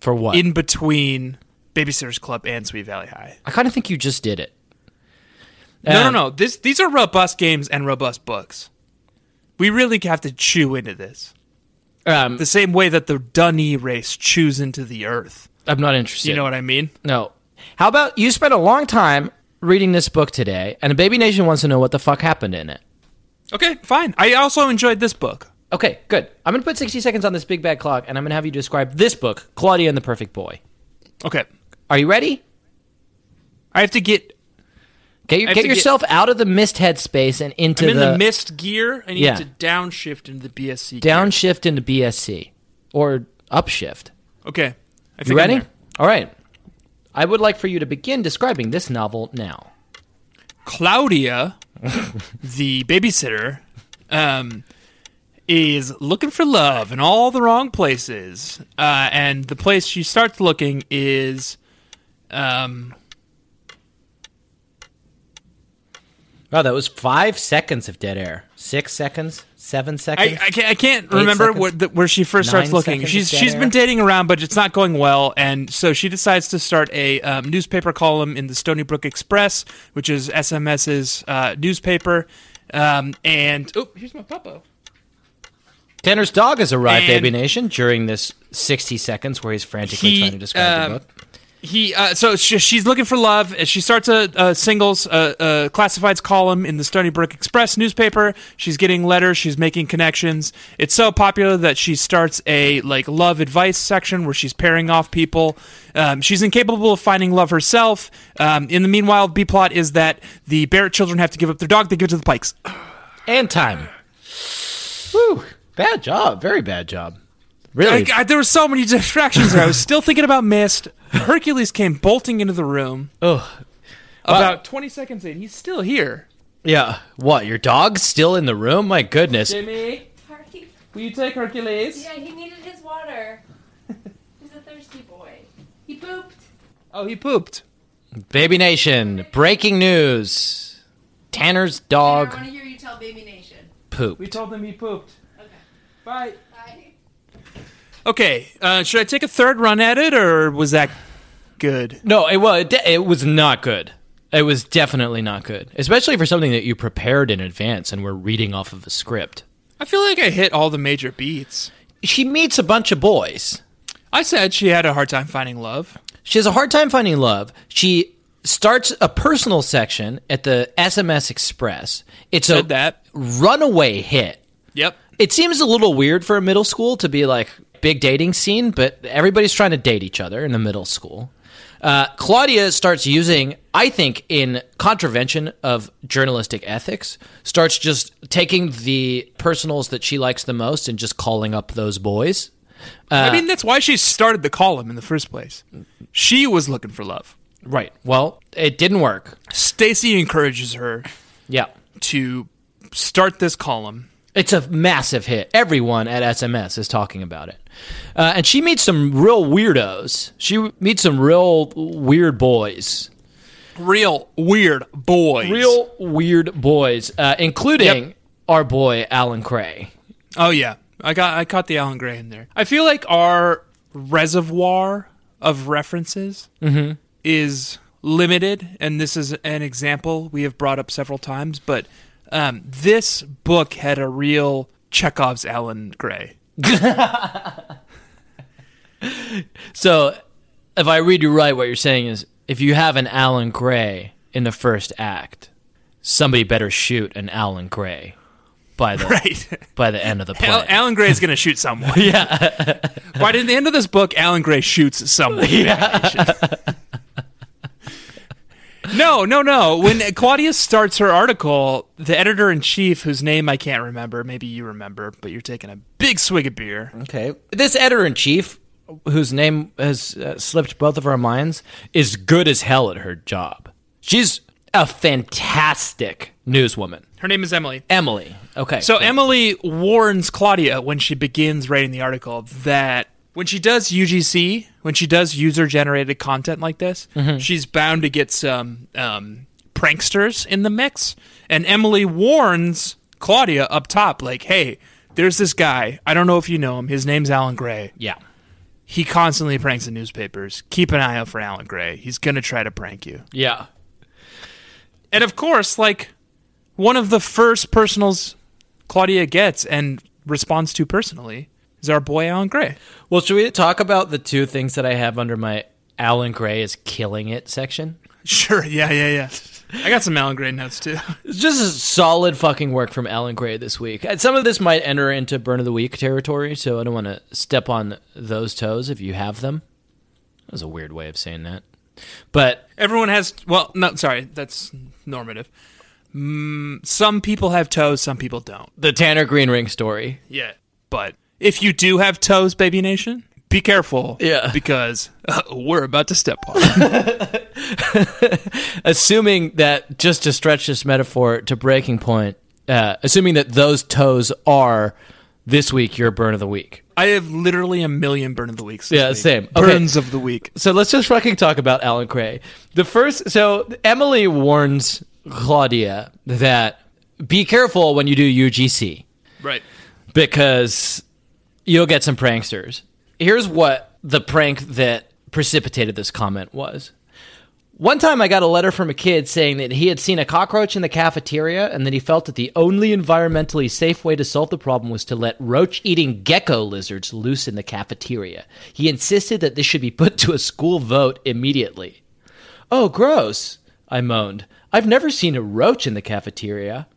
[SPEAKER 4] For what?
[SPEAKER 3] in between Babysitters Club and Sweet Valley High?
[SPEAKER 4] I kind of think you just did it.
[SPEAKER 3] no,
[SPEAKER 4] Um,
[SPEAKER 3] no, no. This these are robust games and robust books. We really have to chew into this
[SPEAKER 4] Um,
[SPEAKER 3] the same way that the Dunny race chews into the earth.
[SPEAKER 4] I'm not interested.
[SPEAKER 3] You know what I mean?
[SPEAKER 4] No. How about you spent a long time reading this book today, and Baby Nation wants to know what the fuck happened in it.
[SPEAKER 3] Okay, fine. I also enjoyed this book.
[SPEAKER 4] Okay, good. I'm going to put 60 seconds on this big bad clock, and I'm going to have you describe this book, Claudia and the Perfect Boy.
[SPEAKER 3] Okay,
[SPEAKER 4] Are you ready?
[SPEAKER 3] I have to get.
[SPEAKER 4] Get, your,
[SPEAKER 3] have
[SPEAKER 4] get
[SPEAKER 3] to get-
[SPEAKER 4] yourself out of the mist headspace and into
[SPEAKER 3] I'm in
[SPEAKER 4] the,
[SPEAKER 3] the missed gear. I need
[SPEAKER 4] Yeah.
[SPEAKER 3] to downshift into the BSC. gear.
[SPEAKER 4] downshift into BSC or upshift.
[SPEAKER 3] Okay. I think
[SPEAKER 4] You
[SPEAKER 3] I'm
[SPEAKER 4] ready?
[SPEAKER 3] there.
[SPEAKER 4] All right. I would like for you to begin describing this novel now.
[SPEAKER 3] Claudia, the babysitter, um, is looking for love in all the wrong places. Uh, and the place she starts looking is. Um,
[SPEAKER 4] Wow, that was five seconds of dead air. Six seconds? Seven
[SPEAKER 3] I,
[SPEAKER 4] seconds?
[SPEAKER 3] I can't, I can't remember
[SPEAKER 4] seconds?
[SPEAKER 3] where, the, where she first
[SPEAKER 4] Nine
[SPEAKER 3] starts looking.
[SPEAKER 4] seconds
[SPEAKER 3] She's
[SPEAKER 4] of dead
[SPEAKER 3] she's
[SPEAKER 4] air.
[SPEAKER 3] been dating around, but it's not going well, and so she decides to start a um, newspaper column in the Stony Brook Express, which is SMS's uh, newspaper. Um, and oh, here's my puppo.
[SPEAKER 4] Tanner's dog has arrived,
[SPEAKER 3] And-
[SPEAKER 4] Baby Nation, during this 60 seconds where he's frantically
[SPEAKER 3] He,
[SPEAKER 4] trying to describe
[SPEAKER 3] um,
[SPEAKER 4] the book.
[SPEAKER 3] He uh, so she, she's looking for love. and She starts a, a singles uh, uh, classifieds column in the Stony Brook Express newspaper. She's getting letters. She's making connections. It's so popular that she starts a like love advice section where she's pairing off people. Um, she's incapable of finding love herself. Um, in the meanwhile, B plot is that the Barrett children have to give up their dog. They give it to the Pikes.
[SPEAKER 4] And time. Whew. Bad job. Very bad job. Really?
[SPEAKER 3] I- I- there were so many distractions. there. I was still thinking about Mist. Hercules came bolting into the room.
[SPEAKER 4] Ugh.
[SPEAKER 3] About twenty seconds in, he's still here.
[SPEAKER 4] yeah. What? Your dog's still in the room? My goodness.
[SPEAKER 3] Jimmy,
[SPEAKER 5] Parky.
[SPEAKER 3] will you take Hercules?
[SPEAKER 5] Yeah, he needed his water. He's a thirsty boy. He pooped.
[SPEAKER 3] Oh, he pooped.
[SPEAKER 4] Baby Nation, breaking news. Tanner's
[SPEAKER 5] I
[SPEAKER 4] dog
[SPEAKER 5] want to hear you tell Baby Nation.
[SPEAKER 4] pooped.
[SPEAKER 3] told him he pooped.
[SPEAKER 5] Okay.
[SPEAKER 3] Bye.
[SPEAKER 5] Bye.
[SPEAKER 3] Okay, uh, should I take a third run at it, or was that good?
[SPEAKER 4] No, it was it, de- it was not good. It was definitely not good, especially for something that you prepared in advance and were reading off of a script.
[SPEAKER 3] I feel like I hit all the major beats.
[SPEAKER 4] She meets a bunch of boys.
[SPEAKER 3] I said she had a hard time finding love.
[SPEAKER 4] She has a hard time finding love. She starts a personal section at the SMS Express. It's a
[SPEAKER 3] Said that.
[SPEAKER 4] runaway hit.
[SPEAKER 3] Yep.
[SPEAKER 4] It seems a little weird for a middle school to be like big dating scene, but everybody's trying to date each other in the middle school. Uh, Claudia starts using, I think, in contravention of journalistic ethics, starts just taking the personals that she likes the most and just calling up those boys.
[SPEAKER 3] I mean, that's why she started the column in the first place. She was looking for love.
[SPEAKER 4] Right. Well, it didn't work.
[SPEAKER 3] Stacy encourages her
[SPEAKER 4] Yeah.
[SPEAKER 3] to start this column.
[SPEAKER 4] It's a massive hit. Everyone at SMS is talking about it. Uh, and she meets some real weirdos. She meets some real weird boys.
[SPEAKER 3] Real weird boys.
[SPEAKER 4] real weird boys, uh, including our boy Alan Cray.
[SPEAKER 3] Oh yeah, I got I caught the Alan Gray in there. I feel like our reservoir of references is limited, and this is an example we have brought up several times. But um, this book had a real Chekhov's Alan Gray.
[SPEAKER 4] So, if I read you right, what you're saying is if you have an Alan Gray in the first act, somebody better shoot an Alan Gray by the
[SPEAKER 3] Right,
[SPEAKER 4] by the end of the play.
[SPEAKER 3] Al- Alan Gray is going to shoot someone.
[SPEAKER 4] yeah,
[SPEAKER 3] By the end of this book, Alan Gray shoots someone. no, no, no. When Claudia starts her article, the editor in chief, whose name I can't remember, maybe you remember, but you're taking a big swig of beer.
[SPEAKER 4] okay. This editor in chief, whose name has uh, slipped both of our minds, is good as hell at her job. She's a fantastic newswoman,
[SPEAKER 3] Her name is Emily.
[SPEAKER 4] Emily. Okay,
[SPEAKER 3] So Emily warns Claudia when she begins writing the article that when she does UGC, when she does user generated content like this, she's bound to get some um, pranksters in the mix. And Emily warns Claudia up top, like, hey, there's this guy. I don't know if you know him. His name's Alan Gray.
[SPEAKER 4] yeah.
[SPEAKER 3] He constantly pranks the newspapers. Keep an eye out for Alan Gray. He's going to try to prank you.
[SPEAKER 4] Yeah.
[SPEAKER 3] And of course, like, one of the first personals Claudia gets and responds to personally is our boy Alan Gray.
[SPEAKER 4] Well, should we talk about the two things that I have under my Alan Gray is killing it section?
[SPEAKER 3] Sure. Yeah. Yeah. Yeah. I got some Alan Gray notes too.
[SPEAKER 4] It's just a solid fucking work from Alan Gray this week. And Some of this might enter into burn of the week territory, so I don't want to step on those toes if you have them. That was a weird way of saying that, but
[SPEAKER 3] Everyone has. Well, no, sorry. That's normative. Mm, some people have toes. Some people don't.
[SPEAKER 4] the Tanner Green Ring story.
[SPEAKER 3] Yeah. But if you do have toes, Baby Nation, be careful.
[SPEAKER 4] Yeah.
[SPEAKER 3] Because uh, we're about to step on.
[SPEAKER 4] assuming that just to stretch this metaphor to breaking point, uh, assuming that those toes are this week your burn of the week.
[SPEAKER 3] I have literally a million burn of the weeks. this
[SPEAKER 4] Yeah,
[SPEAKER 3] week.
[SPEAKER 4] same. Okay.
[SPEAKER 3] Burns of the week.
[SPEAKER 4] So let's just fucking talk about Alan Cray. The first, so Emily warns Claudia that be careful when you do UGC
[SPEAKER 3] Right.
[SPEAKER 4] because you'll get some pranksters. Here's what the prank that precipitated this comment was. One time I got a letter from a kid saying that he had seen a cockroach in the cafeteria and that he felt that the only environmentally safe way to solve the problem was to let roach eating gecko lizards loose in the cafeteria. He insisted that this should be put to a school vote immediately. Oh, gross, I moaned. I've never seen a roach in the cafeteria.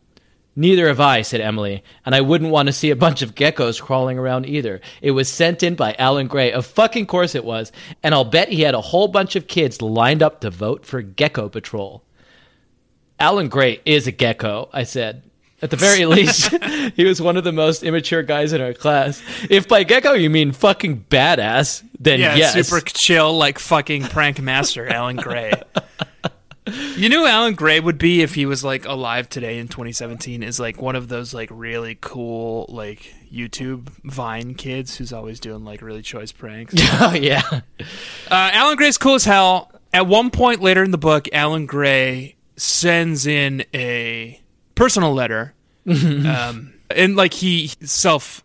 [SPEAKER 4] Neither have I, said Emily, and I wouldn't want to see a bunch of geckos crawling around either. It was sent in by Alan Gray, of fucking course it was, and I'll bet he had a whole bunch of kids lined up to vote for Gecko Patrol. Alan Gray is a gecko, I said. At the very least, he was one of the most immature guys in our class. If by gecko you mean fucking badass, then
[SPEAKER 3] Yeah,
[SPEAKER 4] yes.
[SPEAKER 3] super chill, like fucking prank master Alan Gray. You knew Alan Gray would be if he was like alive today in 2017 is like one of those like really cool like YouTube Vine kids who's always doing like really choice pranks. uh,
[SPEAKER 4] oh yeah.
[SPEAKER 3] Alan Gray's cool as hell. At one point later in the book, Alan Gray sends in a personal letter um, and like he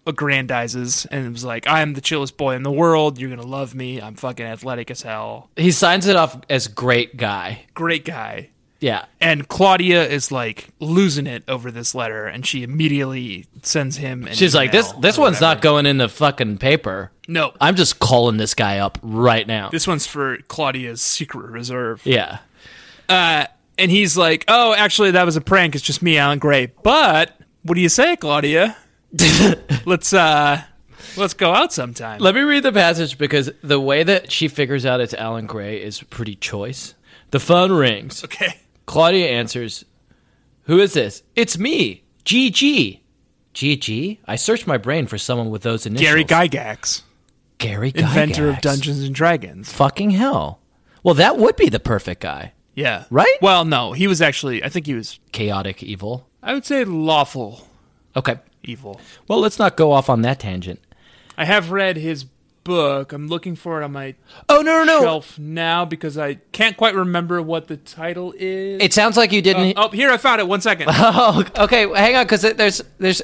[SPEAKER 3] self-aggrandizes and was like, "I am the chillest boy in the world. You're gonna love me. I'm fucking athletic as hell.
[SPEAKER 4] He signs it off as great guy.
[SPEAKER 3] Great guy."
[SPEAKER 4] Yeah.
[SPEAKER 3] And Claudia is like losing it over this letter, and she immediately sends him. An
[SPEAKER 4] She's like, this
[SPEAKER 3] email
[SPEAKER 4] this
[SPEAKER 3] or
[SPEAKER 4] one's not
[SPEAKER 3] whatever.
[SPEAKER 4] going in the fucking paper.
[SPEAKER 3] No,
[SPEAKER 4] I'm just calling this guy up right now.
[SPEAKER 3] this one's for Claudia's secret reserve.
[SPEAKER 4] yeah.
[SPEAKER 3] And he's like, "Oh, actually, that was a prank. It's just me, Alan Gray." But what do you say, Claudia? let's uh, let's go out sometime.
[SPEAKER 4] Let me read the passage because the way that she figures out it's Alan Gray is pretty choice. The phone rings.
[SPEAKER 3] okay.
[SPEAKER 4] Claudia answers, Who is this? It's me, GG. GG? I searched my brain for someone with those initials.
[SPEAKER 3] Gary Gygax,
[SPEAKER 4] Gary Gygax.
[SPEAKER 3] inventor of Dungeons and Dragons.
[SPEAKER 4] Fucking hell. Well, that would be the perfect guy.
[SPEAKER 3] Yeah.
[SPEAKER 4] Right?
[SPEAKER 3] Well, no, he was actually. I think he was.
[SPEAKER 4] Chaotic evil.
[SPEAKER 3] I would say lawful
[SPEAKER 4] Okay.
[SPEAKER 3] evil.
[SPEAKER 4] Well, let's not go off on that tangent.
[SPEAKER 3] I have read his book. I'm looking for it on my
[SPEAKER 4] Oh no, no, no!
[SPEAKER 3] shelf now because I can't quite remember what the title is.
[SPEAKER 4] It sounds like you
[SPEAKER 3] Uh,
[SPEAKER 4] didn't. e-
[SPEAKER 3] oh, here I found it. One second.
[SPEAKER 4] Oh, okay. Hang on, because there's there's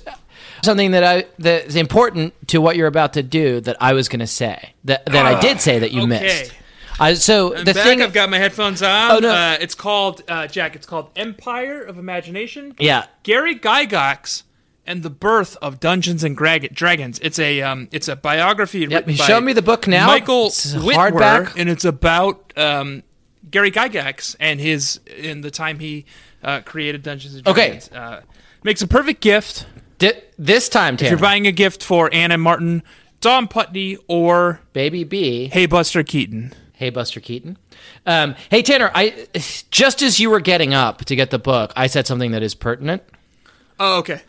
[SPEAKER 4] something that I that's important to what you're about to do that I was going to say that that I did say that you
[SPEAKER 3] Ah, okay.
[SPEAKER 4] missed. I, so
[SPEAKER 3] I'm
[SPEAKER 4] the
[SPEAKER 3] back.
[SPEAKER 4] thing,
[SPEAKER 3] I've got my headphones on.
[SPEAKER 4] Oh, no.
[SPEAKER 3] Uh, it's called uh, Jack. It's called Empire of Imagination.
[SPEAKER 4] yeah,
[SPEAKER 3] Gary Gygax and the Birth of Dungeons and Drag- Dragons. It's a um, it's a biography.
[SPEAKER 4] Yep,
[SPEAKER 3] written
[SPEAKER 4] you
[SPEAKER 3] by
[SPEAKER 4] showed me the book now.
[SPEAKER 3] Michael
[SPEAKER 4] It's
[SPEAKER 3] Whitwer,
[SPEAKER 4] hardback.
[SPEAKER 3] and it's about um, Gary Gygax and his in the time he uh, created Dungeons and
[SPEAKER 4] Okay.
[SPEAKER 3] Dragons. Uh, makes a perfect gift.
[SPEAKER 4] Di- this time,
[SPEAKER 3] If
[SPEAKER 4] Tanner,
[SPEAKER 3] you're buying a gift for Anna Martin, Don Putney, or
[SPEAKER 4] baby B.
[SPEAKER 3] Hey Buster Keaton.
[SPEAKER 4] Hey, Buster Keaton. Um, hey, Tanner. I just as you were getting up to get the book, I said something that is pertinent.
[SPEAKER 3] Oh, okay.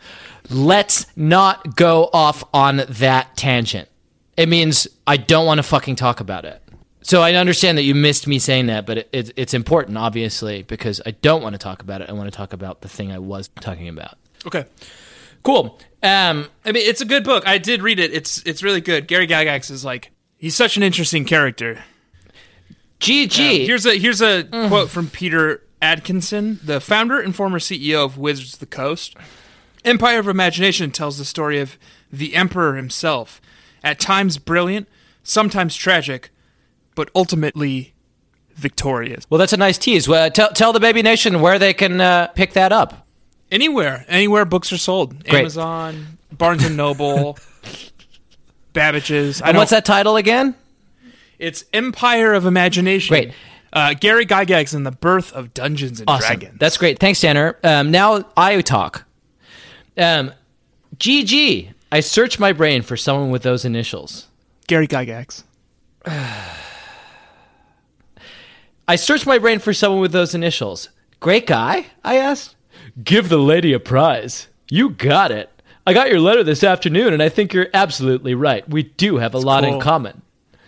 [SPEAKER 4] let's not go off on that tangent. It means I don't want to fucking talk about it. So I understand that you missed me saying that, but it, it, it's important, obviously, because I don't want to talk about it. I want to talk about the thing I was talking about.
[SPEAKER 3] Okay.
[SPEAKER 4] Cool. Um,
[SPEAKER 3] I mean, it's a good book. I did read it. It's it's really good. Gary Gygax is like he's such an interesting character. Um,
[SPEAKER 4] GG.
[SPEAKER 3] Here's a here's a quote from Peter Atkinson, the founder and former CEO of Wizards of the Coast. Empire of Imagination tells the story of the emperor himself, at times brilliant, sometimes tragic, but ultimately victorious.
[SPEAKER 4] well, that's a nice tease. Well, tell, tell the Baby Nation where they can uh, pick that up.
[SPEAKER 3] Anywhere, anywhere books are sold.
[SPEAKER 4] Great.
[SPEAKER 3] Amazon, Barnes and Noble, Babbage's. I
[SPEAKER 4] And
[SPEAKER 3] don't,
[SPEAKER 4] what's that title again?
[SPEAKER 3] It's Empire of Imagination.
[SPEAKER 4] Great.
[SPEAKER 3] Uh, Gary Gygax in the Birth of Dungeons and
[SPEAKER 4] Awesome.
[SPEAKER 3] Dragons.
[SPEAKER 4] That's great. Thanks, Tanner. Um, now I talk. Um, GG. I searched my brain for someone with those initials.
[SPEAKER 3] Gary Gygax.
[SPEAKER 4] I searched my brain for someone with those initials. Great guy? I asked. Give the lady a prize. You got it. I got your letter this afternoon, and I think you're absolutely right. We do have a lot in
[SPEAKER 3] cool.
[SPEAKER 4] common.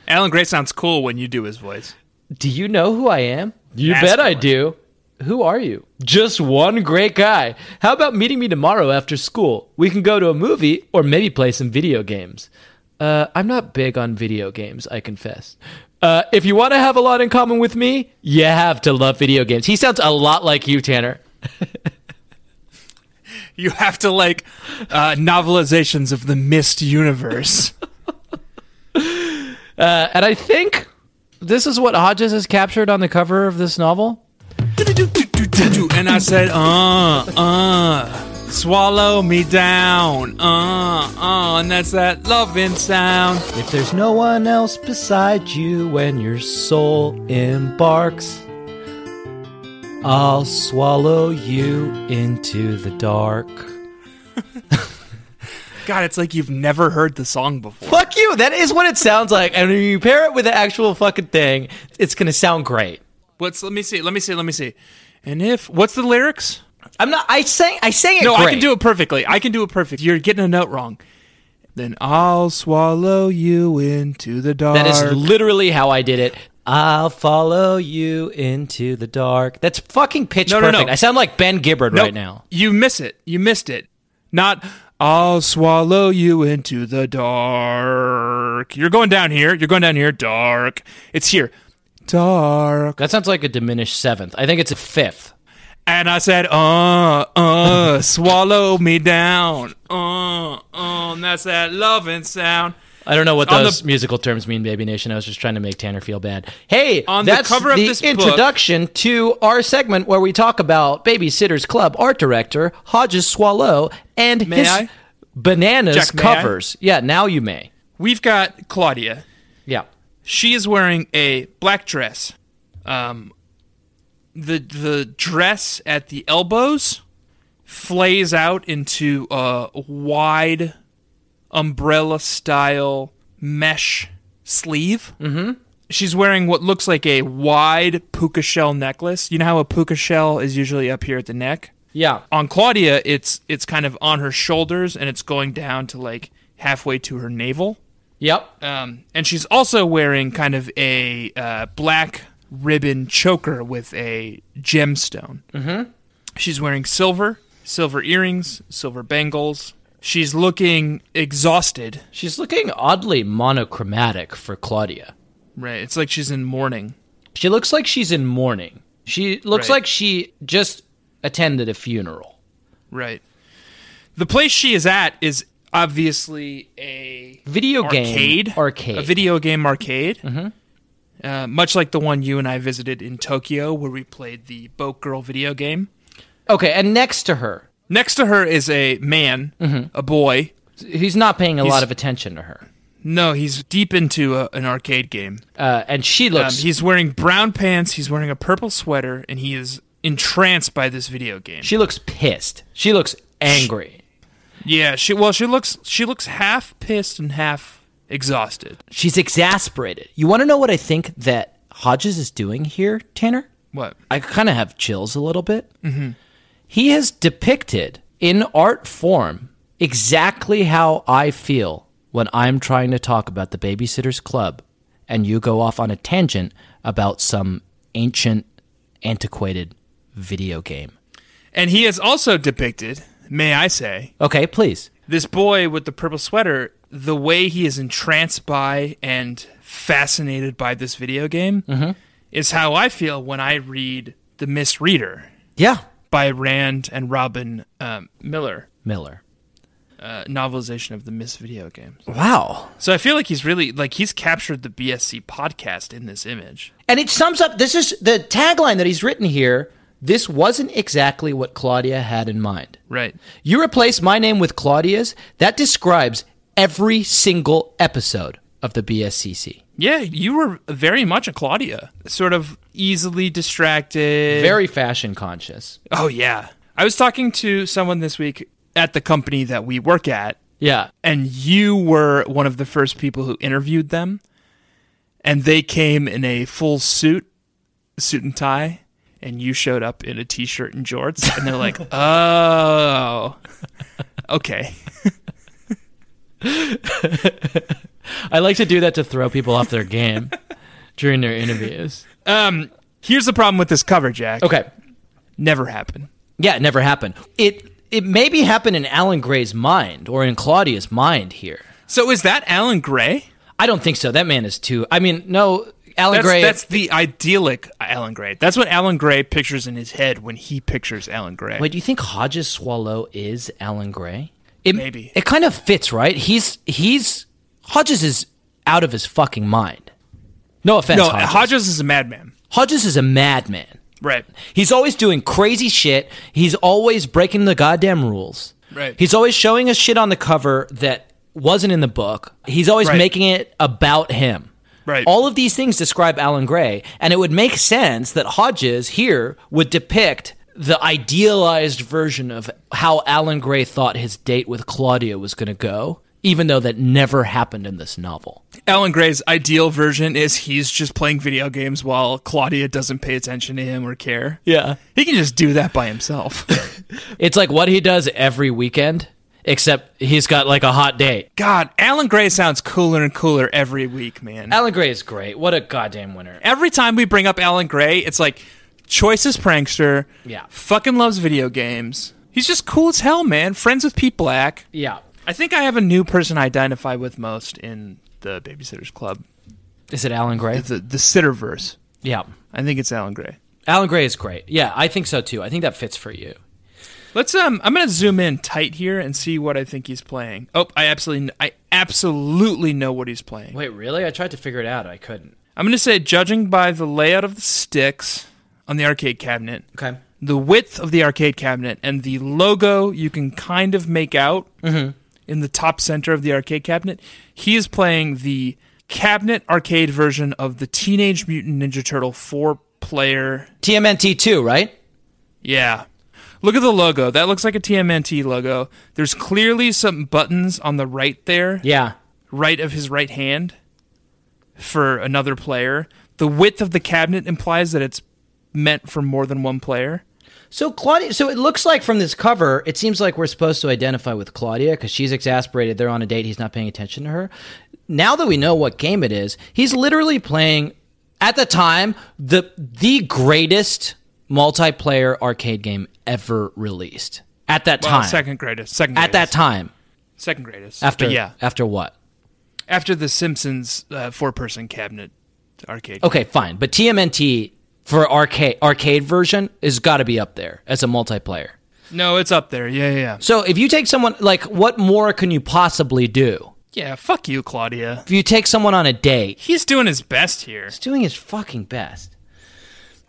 [SPEAKER 3] Alan Gray sounds cool when you do his voice.
[SPEAKER 4] Do you know who I am? You
[SPEAKER 3] Ask
[SPEAKER 4] bet I
[SPEAKER 3] Alan.
[SPEAKER 4] do. Who are you? Just one great guy. How about meeting me tomorrow after school? We can go to a movie or maybe play some video games. Uh, I'm not big on video games, I confess. Uh, if you want to have a lot in common with me, you have to love video games. He sounds a lot like you, Tanner.
[SPEAKER 3] You have to like uh, novelizations of the Mist universe.
[SPEAKER 4] Uh, and I think this is what Hodges has captured on the cover of this novel.
[SPEAKER 3] and I said, uh, uh, swallow me down, uh, uh, and that's that loving sound.
[SPEAKER 4] If there's no one else beside you when your soul embarks, I'll swallow you into the dark.
[SPEAKER 3] God, it's like you've never heard the song before.
[SPEAKER 4] Fuck you! That is what it sounds like. And when you pair it with the actual fucking thing, it's gonna sound great.
[SPEAKER 3] What's? Let me see. Let me see. Let me see. And if what's the lyrics?
[SPEAKER 4] I'm not. I sang. I sang it.
[SPEAKER 3] No, I can do it perfectly. I can do it perfect. You're getting a note wrong. Then I'll swallow you into the dark.
[SPEAKER 4] That is literally how I did it. I'll follow you into the dark. That's fucking pitch
[SPEAKER 3] No, no, no.
[SPEAKER 4] perfect. I sound like Ben Gibbard
[SPEAKER 3] Nope.
[SPEAKER 4] right now.
[SPEAKER 3] You miss it. You missed it. Not I'll swallow you into the dark. You're going down here. You're going down here. Dark. It's here. Dark.
[SPEAKER 4] That sounds like a diminished seventh. I think it's a fifth.
[SPEAKER 3] And I said, uh, uh, swallow me down. Uh, uh, and that's that loving sound.
[SPEAKER 4] I don't know what
[SPEAKER 3] On the-
[SPEAKER 4] those musical terms mean, Baby Nation. I was just trying to make Tanner feel bad. Hey,
[SPEAKER 3] On the
[SPEAKER 4] that's
[SPEAKER 3] cover of
[SPEAKER 4] the
[SPEAKER 3] this book-
[SPEAKER 4] introduction to our segment where we talk about Babysitters Club art director Hodges Swallow and
[SPEAKER 3] May
[SPEAKER 4] his
[SPEAKER 3] I?
[SPEAKER 4] bananas
[SPEAKER 3] Jack, may I?
[SPEAKER 4] covers. Yeah, now you may.
[SPEAKER 3] We've got Claudia.
[SPEAKER 4] Yeah.
[SPEAKER 3] She is wearing a black dress. Um, the the dress at the elbows flays out into a wide umbrella style mesh sleeve. Mm-hmm. She's wearing what looks like a wide puka shell necklace. You know how a puka shell is usually up here at the neck.
[SPEAKER 4] Yeah.
[SPEAKER 3] On Claudia, it's it's kind of on her shoulders and it's going down to like halfway to her navel.
[SPEAKER 4] Yep.
[SPEAKER 3] Um, and she's also wearing kind of a uh, black ribbon choker with a gemstone. Mm-hmm. She's wearing silver, silver earrings, silver bangles. She's looking exhausted.
[SPEAKER 4] She's looking oddly monochromatic for Claudia.
[SPEAKER 3] Right, it's like she's in mourning.
[SPEAKER 4] She looks like she's in mourning. She looks
[SPEAKER 3] Right.
[SPEAKER 4] like she just attended a funeral.
[SPEAKER 3] Right. The place she is at is obviously a
[SPEAKER 4] Video
[SPEAKER 3] arcade,
[SPEAKER 4] game arcade. Mm-hmm.
[SPEAKER 3] a video game arcade. Uh, much like the one you and I visited in Tokyo, where we played the Boat Girl video game.
[SPEAKER 4] okay, and next to her,
[SPEAKER 3] Next to her is a man, a boy.
[SPEAKER 4] he's not paying a
[SPEAKER 3] He's-
[SPEAKER 4] lot of attention to her.
[SPEAKER 3] No, he's deep into a, an arcade game.
[SPEAKER 4] Uh, and she
[SPEAKER 3] Um,
[SPEAKER 4] looks
[SPEAKER 3] he's wearing brown pants, he's wearing a purple sweater, and he is entranced by this video game.
[SPEAKER 4] she looks pissed. She looks angry.
[SPEAKER 3] yeah, she well, she looks she looks half pissed and half exhausted.
[SPEAKER 4] She's exasperated. You want to know what I think that Hodges is doing here, Tanner?
[SPEAKER 3] What?
[SPEAKER 4] I kind of have chills a little bit.
[SPEAKER 3] Mm-hmm.
[SPEAKER 4] He has depicted in art form exactly how I feel when I'm trying to talk about the Babysitters Club and you go off on a tangent about some ancient, antiquated video game.
[SPEAKER 3] And he is also depicted, may I say,
[SPEAKER 4] Okay, please.
[SPEAKER 3] this boy with the purple sweater, the way he is entranced by and fascinated by this video game is how I feel when I read The Misreader
[SPEAKER 4] Yeah.
[SPEAKER 3] by Rand and Robin um, Miller,
[SPEAKER 4] Miller.
[SPEAKER 3] uh, novelization of the Miss video games.
[SPEAKER 4] Wow.
[SPEAKER 3] So I feel like he's really like he's captured the BSC podcast in this image.
[SPEAKER 4] And it sums up this is the tagline that he's written here. This wasn't exactly what Claudia had in mind.
[SPEAKER 3] Right.
[SPEAKER 4] You replace my name with Claudia's, that describes every single episode of the BSCC.
[SPEAKER 3] Yeah, you were very much a Claudia, sort of easily distracted.
[SPEAKER 4] Very fashion conscious.
[SPEAKER 3] Oh, yeah. I was talking to someone this week at the company that we work at,
[SPEAKER 4] Yeah.
[SPEAKER 3] and you were one of the first people who interviewed them. And they came in a full suit, suit and tie, and you showed up in a t shirt and jorts. And they're like, oh, okay.
[SPEAKER 4] I like to do that to throw people off their game during their interviews.
[SPEAKER 3] Um, here's the problem with this cover, Jack.
[SPEAKER 4] Okay.
[SPEAKER 3] Never happened.
[SPEAKER 4] Yeah, it never happened. It it maybe happened in Alan Gray's mind or in Claudia's mind here.
[SPEAKER 3] So is that Alan Gray?
[SPEAKER 4] I don't think so. That man is too. I mean, no, Alan
[SPEAKER 3] That's,
[SPEAKER 4] Gray.
[SPEAKER 3] that's the idyllic Alan Gray. That's what Alan Gray pictures in his head when he pictures Alan Gray.
[SPEAKER 4] Wait, do you think Hodges Swallow is Alan Gray? It,
[SPEAKER 3] Maybe.
[SPEAKER 4] it kind of fits, right? He's he's Hodges is out of his fucking mind. No offense,
[SPEAKER 3] no,
[SPEAKER 4] Hodges.
[SPEAKER 3] Hodges. is a madman.
[SPEAKER 4] Hodges is a madman.
[SPEAKER 3] Right.
[SPEAKER 4] He's always doing crazy shit. He's always breaking the goddamn rules.
[SPEAKER 3] Right.
[SPEAKER 4] He's always showing us shit on the cover that wasn't in the book. He's always
[SPEAKER 3] Right.
[SPEAKER 4] making it about him.
[SPEAKER 3] Right.
[SPEAKER 4] All of these things describe Alan Gray, and it would make sense that Hodges here would depict the idealized version of how Alan Gray thought his date with Claudia was going to go, even though that never happened in this novel.
[SPEAKER 3] Alan Gray's ideal version is he's just playing video games while Claudia doesn't pay attention to him or care.
[SPEAKER 4] Yeah.
[SPEAKER 3] He can just do that by himself.
[SPEAKER 4] It's like what he does every weekend, except he's got like a hot date.
[SPEAKER 3] God, Alan Gray sounds cooler and cooler every week, man.
[SPEAKER 4] Alan Gray is great. What a goddamn winner.
[SPEAKER 3] every time we bring up Alan Gray, it's like choices prankster.
[SPEAKER 4] Yeah.
[SPEAKER 3] Fucking loves video games. He's just cool as hell, man. Friends with Pete Black.
[SPEAKER 4] Yeah.
[SPEAKER 3] I think I have a new person I identify with most in the Babysitters Club.
[SPEAKER 4] Is it Alan Gray?
[SPEAKER 3] The the Sitterverse.
[SPEAKER 4] Yeah.
[SPEAKER 3] I think it's Alan Gray.
[SPEAKER 4] Alan Gray is great. Yeah, I think so too. I think that fits for you.
[SPEAKER 3] Let's um I'm going to zoom in tight here and see what I think he's playing. Oh, I absolutely I absolutely know what he's playing.
[SPEAKER 4] Wait, really? I tried to figure it out. I couldn't.
[SPEAKER 3] I'm going to say judging by the layout of the sticks on the arcade cabinet,
[SPEAKER 4] Okay.
[SPEAKER 3] the width of the arcade cabinet and the logo you can kind of make out in the top center of the arcade cabinet. He is playing the cabinet arcade version of the Teenage Mutant Ninja Turtle four player.
[SPEAKER 4] TMNT 2, right?
[SPEAKER 3] Yeah. Look at the logo. That looks like a TMNT logo. There's clearly some buttons on the right there,
[SPEAKER 4] Yeah.
[SPEAKER 3] right of his right hand for another player. The width of the cabinet implies that it's meant for more than one player.
[SPEAKER 4] So Claudia, so it looks like from this cover, it seems like we're supposed to identify with Claudia because she's exasperated. They're on a date. He's not paying attention to her. Now that we know what game it is, he's literally playing at the time the the greatest multiplayer arcade game ever released at that
[SPEAKER 3] Well,
[SPEAKER 4] time.
[SPEAKER 3] second greatest. Second
[SPEAKER 4] at
[SPEAKER 3] greatest.
[SPEAKER 4] that time
[SPEAKER 3] Second greatest.
[SPEAKER 4] after
[SPEAKER 3] But yeah,
[SPEAKER 4] after what?
[SPEAKER 3] after the Simpsons uh, four-person cabinet arcade.
[SPEAKER 4] Okay, fine. But TMNT for arcade arcade version has got to be up there as a multiplayer.
[SPEAKER 3] No, it's up there. Yeah, yeah, yeah.
[SPEAKER 4] So if you take someone like what more can you possibly do?
[SPEAKER 3] Yeah, fuck you, Claudia.
[SPEAKER 4] if you take someone on a date,
[SPEAKER 3] He's doing his best here.
[SPEAKER 4] he's doing his fucking best.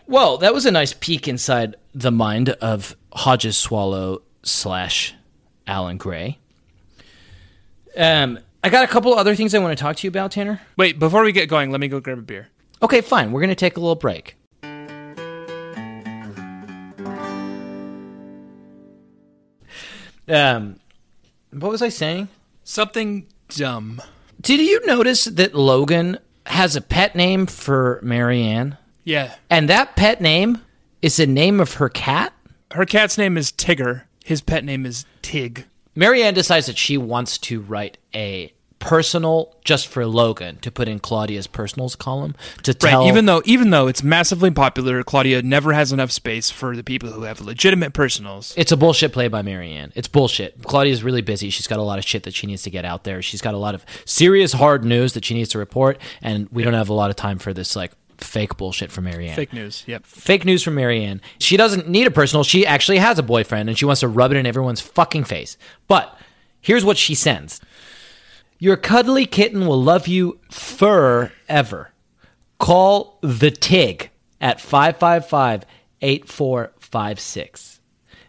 [SPEAKER 4] Well, that was a nice peek inside the mind of Hodges Swallow slash Alan Gray. Um, I got a couple other things I want to talk to you about, Tanner.
[SPEAKER 3] Wait, before we get going, let me go grab a beer.
[SPEAKER 4] Okay, fine. We're going to take a little break. Um, what was I saying?
[SPEAKER 3] Something dumb.
[SPEAKER 4] Did you notice that Logan has a pet name for Marianne?
[SPEAKER 3] Yeah.
[SPEAKER 4] And that pet name is the name of her cat.
[SPEAKER 3] Her cat's name is Tigger. His pet name is Tig.
[SPEAKER 4] Marianne decides that she wants to write a personal just for Logan to put in Claudia's personals column to
[SPEAKER 3] Right.
[SPEAKER 4] tell
[SPEAKER 3] Even though even though it's massively popular, Claudia never has enough space for the people who have legitimate personals.
[SPEAKER 4] it's a bullshit play by Marianne. It's bullshit. Claudia's really busy. She's got a lot of shit that she needs to get out there. She's got a lot of serious hard news that she needs to report and we don't have a lot of time for this like fake bullshit from Marianne.
[SPEAKER 3] Fake news. Yep.
[SPEAKER 4] Fake news from Marianne. She doesn't need a personal. She actually has a boyfriend and she wants to rub it in everyone's fucking face. But here's what she sends Your cuddly kitten will love you forever. Call the TIG at 555 8456.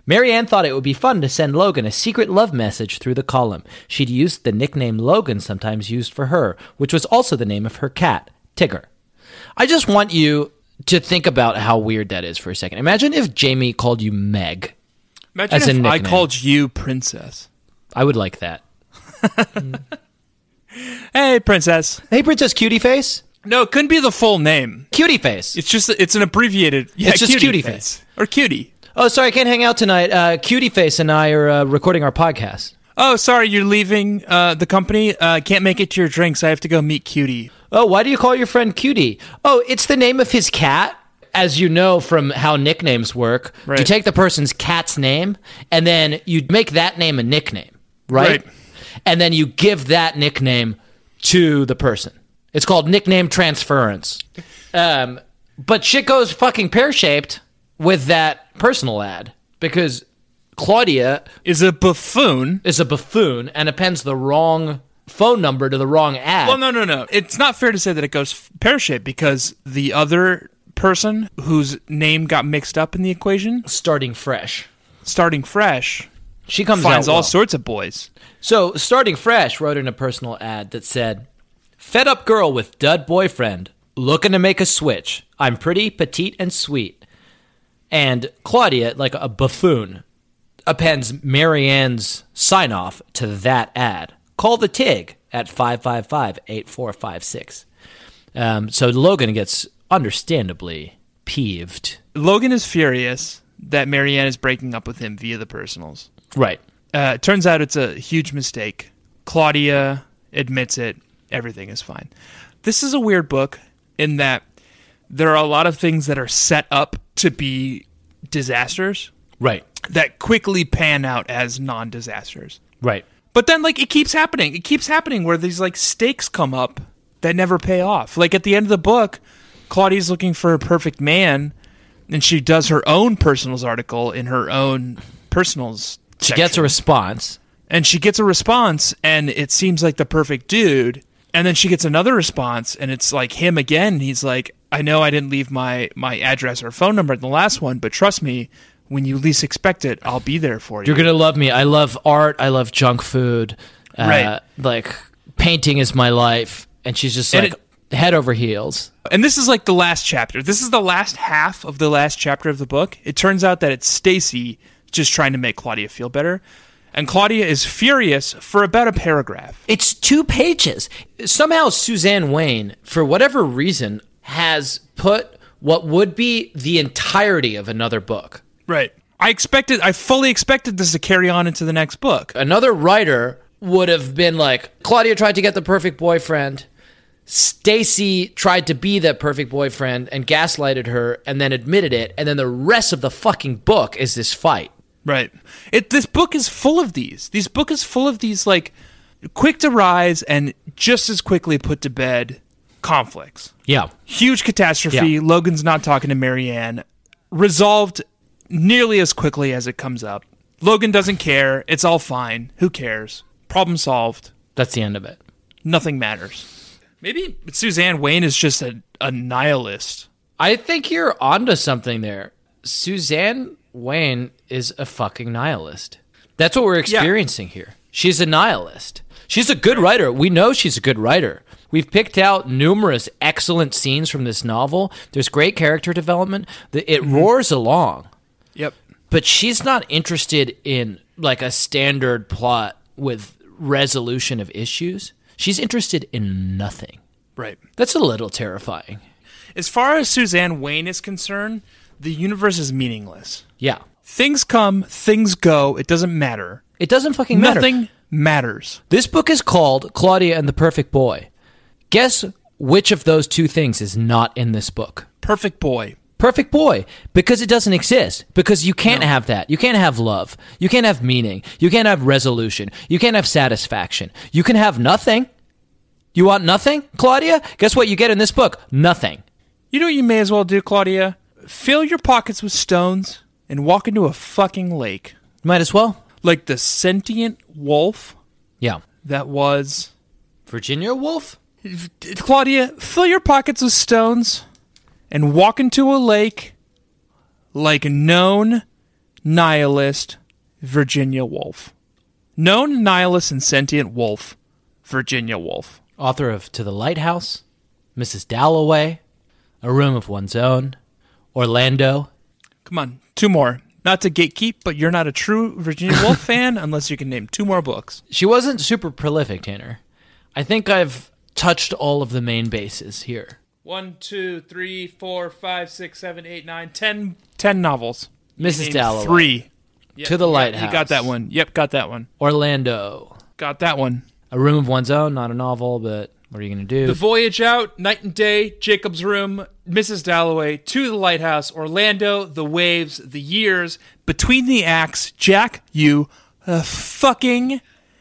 [SPEAKER 4] Marianne thought it would be fun to send Logan a secret love message through the column. She'd used the nickname Logan sometimes used for her, which was also the name of her cat, Tigger. I just want you to think about how weird that is for a second. Imagine if Jamie called you Meg.
[SPEAKER 3] Imagine
[SPEAKER 4] As a
[SPEAKER 3] if I
[SPEAKER 4] nickname.
[SPEAKER 3] called you princess.
[SPEAKER 4] I would like that.
[SPEAKER 3] Hey, princess.
[SPEAKER 4] Hey, Princess Cutie Face.
[SPEAKER 3] No, it couldn't be the full name.
[SPEAKER 4] Cutie Face.
[SPEAKER 3] It's just it's an abbreviated. Yeah,
[SPEAKER 4] It's just Cutie Face.
[SPEAKER 3] or cutie.
[SPEAKER 4] Oh, sorry, I can't hang out tonight. Uh, Cutie Face and I are uh, recording our podcast.
[SPEAKER 3] Oh, sorry, you're leaving uh, the company. Uh, can't make it to your drinks. I have to go meet Cutie.
[SPEAKER 4] Oh, why do you call your friend Cutie? Oh, it's the name of his cat. As you know from how nicknames work, you
[SPEAKER 3] Right.
[SPEAKER 4] take the person's cat's name and then you make that name a nickname, right?
[SPEAKER 3] Right.
[SPEAKER 4] And then you give that nickname to the person. It's called nickname transference. Um, but shit goes fucking pear shaped with that personal ad because Claudia
[SPEAKER 3] Is a buffoon.
[SPEAKER 4] is a buffoon and appends the wrong phone number to the wrong ad.
[SPEAKER 3] Well, no, no, no. It's not fair to say that it goes pear shaped because the other person whose name got mixed up in the equation,
[SPEAKER 4] Starting fresh.
[SPEAKER 3] starting fresh,
[SPEAKER 4] She comes
[SPEAKER 3] finds
[SPEAKER 4] out
[SPEAKER 3] all
[SPEAKER 4] well.
[SPEAKER 3] sorts of boys.
[SPEAKER 4] So, starting fresh, wrote in a personal ad that said, "Fed up girl with dud boyfriend, looking to make a switch. I'm pretty, petite, and sweet." And Claudia, like a buffoon, appends Marianne's sign off to that ad. Call the TIG at 555-8456. Um, so Logan gets understandably peeved.
[SPEAKER 3] Logan is furious that Marianne is breaking up with him via the personals.
[SPEAKER 4] Right.
[SPEAKER 3] Uh, it turns out it's a huge mistake. Claudia admits it. Everything is fine. This is a weird book in that there are a lot of things that are set up to be disasters
[SPEAKER 4] Right.
[SPEAKER 3] that quickly pan out as non disasters.
[SPEAKER 4] Right.
[SPEAKER 3] But then, like, it keeps happening. It keeps happening where these, like, stakes come up that never pay off. Like, at the end of the book, Claudia's looking for a perfect man, and she does her own personals article in her own personals.
[SPEAKER 4] She gets a response.
[SPEAKER 3] and she gets a response and it seems like the perfect dude and then she gets another response and it's like him again and he's like i know i didn't leave my my address or phone number in the last one but trust me when you least expect it i'll be there for you
[SPEAKER 4] You're gonna love me. I love art. I love junk food. Uh,
[SPEAKER 3] Right.
[SPEAKER 4] Like painting is my life, and she's just
[SPEAKER 3] And
[SPEAKER 4] like head over heels.
[SPEAKER 3] and this is like the last chapter this is the last half of the last chapter of the book it turns out that it's stacy just trying to make claudia feel better and claudia is furious for about a paragraph
[SPEAKER 4] It's two pages. Somehow Suzanne Wayne, for whatever reason, has put what would be the entirety of another book.
[SPEAKER 3] right i expected i fully expected this to carry on into the next book
[SPEAKER 4] Another writer would have been like, Claudia tried to get the perfect boyfriend. Stacy tried to be that perfect boyfriend and gaslighted her and then admitted it. And then the rest of the fucking book is this fight.
[SPEAKER 3] Right. It this book is full of these. This book is full of these like quick to rise and just as quickly put to bed conflicts.
[SPEAKER 4] Yeah.
[SPEAKER 3] Huge catastrophe.
[SPEAKER 4] Yeah.
[SPEAKER 3] Logan's not talking to Marianne. Resolved nearly as quickly as it comes up. Logan doesn't care. It's all fine. Who cares? Problem solved.
[SPEAKER 4] That's the end of it.
[SPEAKER 3] Nothing matters. Maybe Suzanne Wayne is just a, a nihilist.
[SPEAKER 4] I think you're onto something there. Suzanne Wayne is a fucking nihilist. That's what we're experiencing here. She's a nihilist. She's a good writer. We know she's a good writer. We've picked out numerous excellent scenes from this novel. There's great character development. The- It roars along,
[SPEAKER 3] Yep.
[SPEAKER 4] but she's not interested in like a standard plot with resolution of issues. She's interested in nothing.
[SPEAKER 3] Right.
[SPEAKER 4] That's a little terrifying.
[SPEAKER 3] As far as Suzanne Wayne is concerned, the universe is meaningless.
[SPEAKER 4] Yeah.
[SPEAKER 3] Things come, things go. It doesn't matter.
[SPEAKER 4] It doesn't fucking matter.
[SPEAKER 3] Nothing matters.
[SPEAKER 4] This book is called Claudia and the Perfect Boy. Guess which of those two things is not in this book?
[SPEAKER 3] Perfect boy.
[SPEAKER 4] Perfect boy, because it doesn't exist. Because you can't have that. You can't have love. You can't have meaning. You can't have resolution. You can't have satisfaction. You can have nothing. You want nothing, Claudia? Guess what you get in this book? Nothing.
[SPEAKER 3] You know what you may as well do, Claudia? Fill your pockets with stones and walk into a fucking lake.
[SPEAKER 4] Might as well.
[SPEAKER 3] Like the sentient wolf
[SPEAKER 4] Yeah.
[SPEAKER 3] that was.
[SPEAKER 4] Virginia Woolf?
[SPEAKER 3] Claudia, fill your pockets with stones and walk into a lake like known nihilist Virginia Woolf. Known nihilist and sentient wolf, Virginia Woolf.
[SPEAKER 4] Author of To the Lighthouse, Mrs. Dalloway, A Room of One's Own, Orlando.
[SPEAKER 3] Come on, two more. Not to gatekeep, but you're not a true Virginia Woolf fan unless you can name two more books.
[SPEAKER 4] She wasn't super prolific, Tanner. I think I've touched all of the main bases here.
[SPEAKER 3] One, two, three, four, five, six, seven, eight, nine, ten. Ten novels.
[SPEAKER 4] Mrs.
[SPEAKER 3] Named
[SPEAKER 4] Dalloway.
[SPEAKER 3] Three.
[SPEAKER 4] To the Lighthouse.
[SPEAKER 3] You got that one. Yep, got that one.
[SPEAKER 4] Orlando.
[SPEAKER 3] Got that one.
[SPEAKER 4] A Room of One's Own, not a novel, but what are you going to do?
[SPEAKER 3] The Voyage Out, Night and Day, Jacob's Room, Mrs. Dalloway, To the Lighthouse, Orlando, The Waves, The Years, Between the Acts, Jack, you, uh, fucking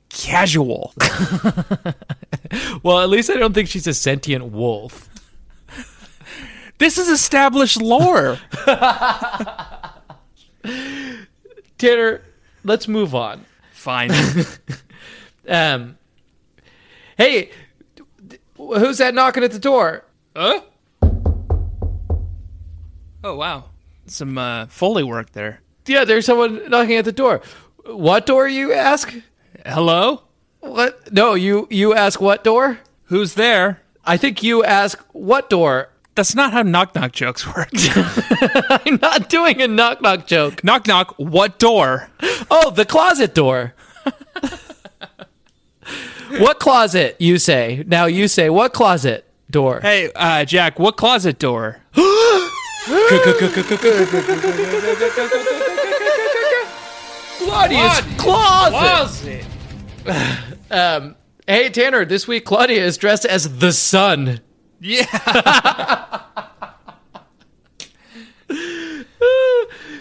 [SPEAKER 3] casual.
[SPEAKER 4] well, at least I don't think she's a sentient wolf.
[SPEAKER 3] this is established lore.
[SPEAKER 4] Tanner, let's move on.
[SPEAKER 3] Fine.
[SPEAKER 4] Um, hey, d- who's that knocking at the door?
[SPEAKER 3] huh? Oh, wow. Some uh, Foley work there.
[SPEAKER 4] Yeah, there's someone knocking at the door. What door you ask?
[SPEAKER 3] Hello?
[SPEAKER 4] What? No, you you ask what door?
[SPEAKER 3] Who's there?
[SPEAKER 4] I think you ask what door.
[SPEAKER 3] That's not how knock knock jokes work.
[SPEAKER 4] I'm not doing a knock knock joke.
[SPEAKER 3] knock knock, what door?
[SPEAKER 4] Oh, the closet door. what closet? You say. Now you say what closet door?
[SPEAKER 3] Hey, uh, Jack, what closet door?
[SPEAKER 4] Claudia's closet.
[SPEAKER 3] Closet.
[SPEAKER 4] Hey Tanner, this week Claudia is dressed as the sun.
[SPEAKER 3] Yeah.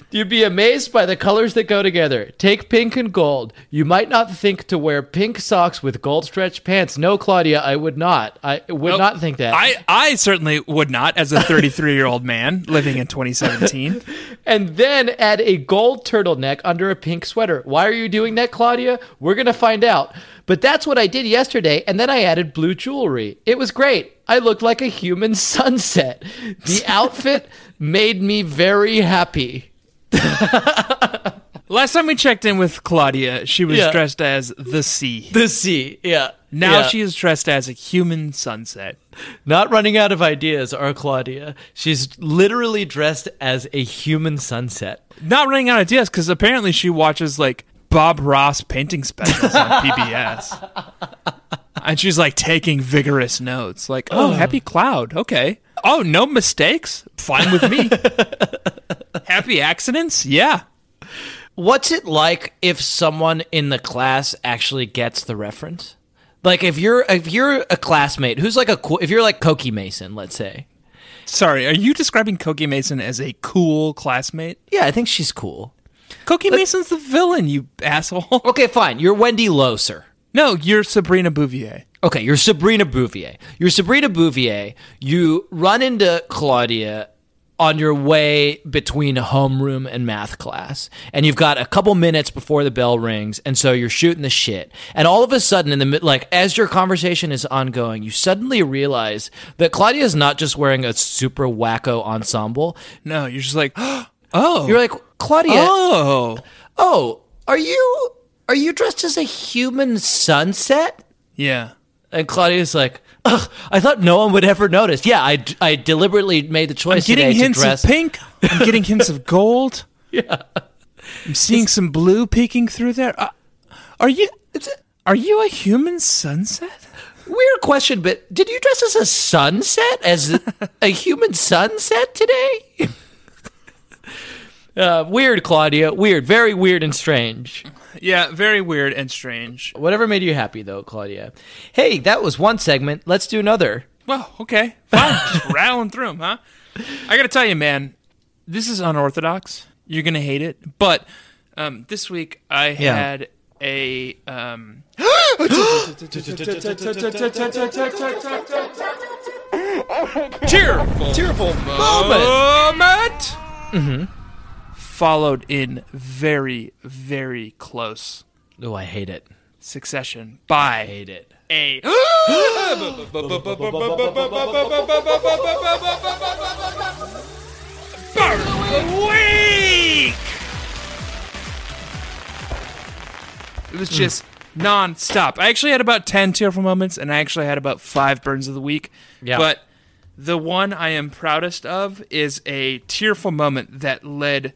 [SPEAKER 4] You'd be amazed by the colors that go together. Take pink and gold. You might not think to wear pink socks with gold stretch pants. No, Claudia, I would not. I would not think that.
[SPEAKER 3] I, I certainly would not as a 33 year old man living in 2017.
[SPEAKER 4] and then add a gold turtleneck under a pink sweater. Why are you doing that, Claudia? We're going to find out. But that's what I did yesterday, and then I added blue jewelry. It was great. I looked like a human sunset. The outfit made me very happy.
[SPEAKER 3] Last time we checked in with Claudia, she was
[SPEAKER 4] Yeah.
[SPEAKER 3] dressed as the sea.
[SPEAKER 4] The sea, yeah.
[SPEAKER 3] Now
[SPEAKER 4] Yeah.
[SPEAKER 3] she is dressed as a human sunset.
[SPEAKER 4] Not running out of ideas, our Claudia. She's literally dressed as a human sunset.
[SPEAKER 3] Not running out of ideas because apparently she watches like Bob Ross painting specials on PBS. And she's like taking vigorous notes, like, oh, happy cloud. Okay. Oh, no mistakes? Fine with me. happy accidents? Yeah.
[SPEAKER 4] What's it like if someone in the class actually gets the reference? Like if you're if you're a classmate who's like a cool if you're like Cokie Mason, let's say.
[SPEAKER 3] Sorry, are you describing Koki Mason as a cool classmate?
[SPEAKER 4] Yeah, I think she's cool.
[SPEAKER 3] Koki Mason's the villain, you asshole.
[SPEAKER 4] Okay, fine. You're Wendy Loser.
[SPEAKER 3] No, you're Sabrina Bouvier.
[SPEAKER 4] Okay, you're Sabrina Bouvier. You're Sabrina Bouvier. You run into Claudia on your way between homeroom and math class, and you've got a couple minutes before the bell rings, and so you're shooting the shit. And all of a sudden, in the mid, like as your conversation is ongoing, you suddenly realize that Claudia is not just wearing a super wacko ensemble.
[SPEAKER 3] No, you're just like, oh,
[SPEAKER 4] You're like Claudia.
[SPEAKER 3] oh,
[SPEAKER 4] oh, are you are you dressed as a human sunset?
[SPEAKER 3] yeah.
[SPEAKER 4] And Claudia's like, Ugh, I thought no one would ever notice. Yeah, I, I deliberately made the
[SPEAKER 3] I'm
[SPEAKER 4] choice
[SPEAKER 3] getting
[SPEAKER 4] today
[SPEAKER 3] hints
[SPEAKER 4] to dress.
[SPEAKER 3] of pink. I'm getting hints of gold. Yeah, I'm seeing some blue peeking through there. Uh, are you? are you a human sunset?
[SPEAKER 4] Weird question, but did you dress as a sunset, as a human sunset today? uh, weird, Claudia. Weird. Very weird and strange.
[SPEAKER 3] Yeah, very weird and strange.
[SPEAKER 4] Whatever made you happy, though, Claudia. Hey, that was one segment. Let's do another.
[SPEAKER 3] Well, okay, fine. Just rattling through 'em, huh? I gotta tell you, man, this is unorthodox. You're gonna hate it, but um, this week I
[SPEAKER 4] Yeah.
[SPEAKER 3] had a um, tearful, tearful moment,
[SPEAKER 4] Mm-hmm.
[SPEAKER 3] followed in very, very close
[SPEAKER 4] Oh, I hate it.
[SPEAKER 3] succession by
[SPEAKER 4] Hate it.
[SPEAKER 3] a Bird of the Week! It was just non-stop. I actually had about 10 tearful moments and I actually had about 5 burns of the week.
[SPEAKER 4] Yeah.
[SPEAKER 3] But the one I am proudest of is a tearful moment that led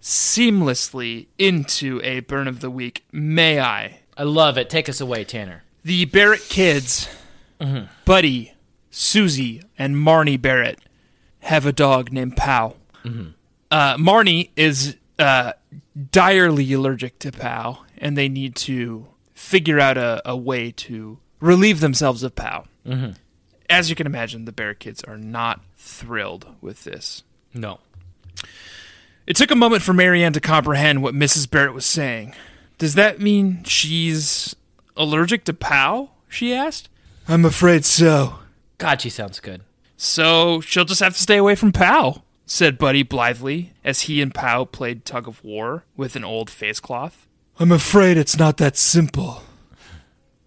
[SPEAKER 3] seamlessly into a burn of the week. May I?
[SPEAKER 4] I love it. Take us away, Tanner.
[SPEAKER 3] The Barrett kids, Buddy, Susie, and Marnie Barrett have a dog named Pow. Uh, Marnie is uh, direly allergic to Pow, and they need to figure out a, a way to relieve themselves of Pow. As you can imagine, the Barrett kids are not thrilled with this.
[SPEAKER 4] No.
[SPEAKER 3] It took a moment for Marianne to comprehend what Mrs. Barrett was saying. Does that mean she's allergic to pow? She asked. I'm afraid so.
[SPEAKER 4] God, she sounds good.
[SPEAKER 3] So she'll just have to stay away from Pow, said Buddy blithely as he and Pow played tug of war with an old face cloth. I'm afraid it's not that simple.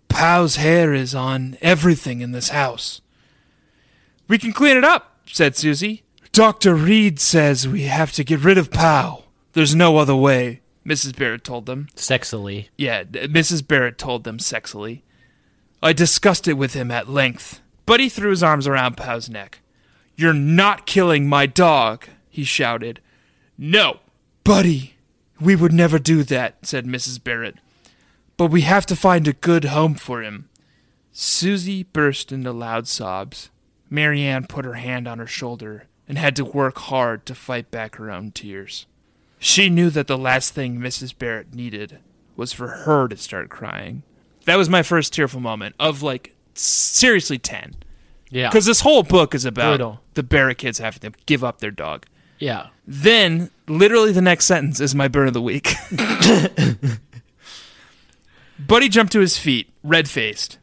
[SPEAKER 3] Pow's hair is on everything in this house. We can clean it up, said Susie. Dr. Reed says we have to get rid of Pow. There's no other way, Mrs. Barrett told them.
[SPEAKER 4] Sexily.
[SPEAKER 3] Yeah, th- Mrs. Barrett told them sexily. I discussed it with him at length. Buddy threw his arms around Pow's neck. You're not killing my dog, he shouted. No. Buddy, we would never do that, said Mrs. Barrett. But we have to find a good home for him. Susie burst into loud sobs. Marianne put her hand on her shoulder and had to work hard to fight back her own tears. She knew that the last thing Mrs. Barrett needed was for her to start crying. That was my first tearful moment of like seriously 10.
[SPEAKER 4] Yeah.
[SPEAKER 3] Because this whole book is about
[SPEAKER 4] Brutal.
[SPEAKER 3] the Barrett kids having to give up their dog.
[SPEAKER 4] Yeah.
[SPEAKER 3] Then, literally, the next sentence is my burn of the week. Buddy jumped to his feet, red faced.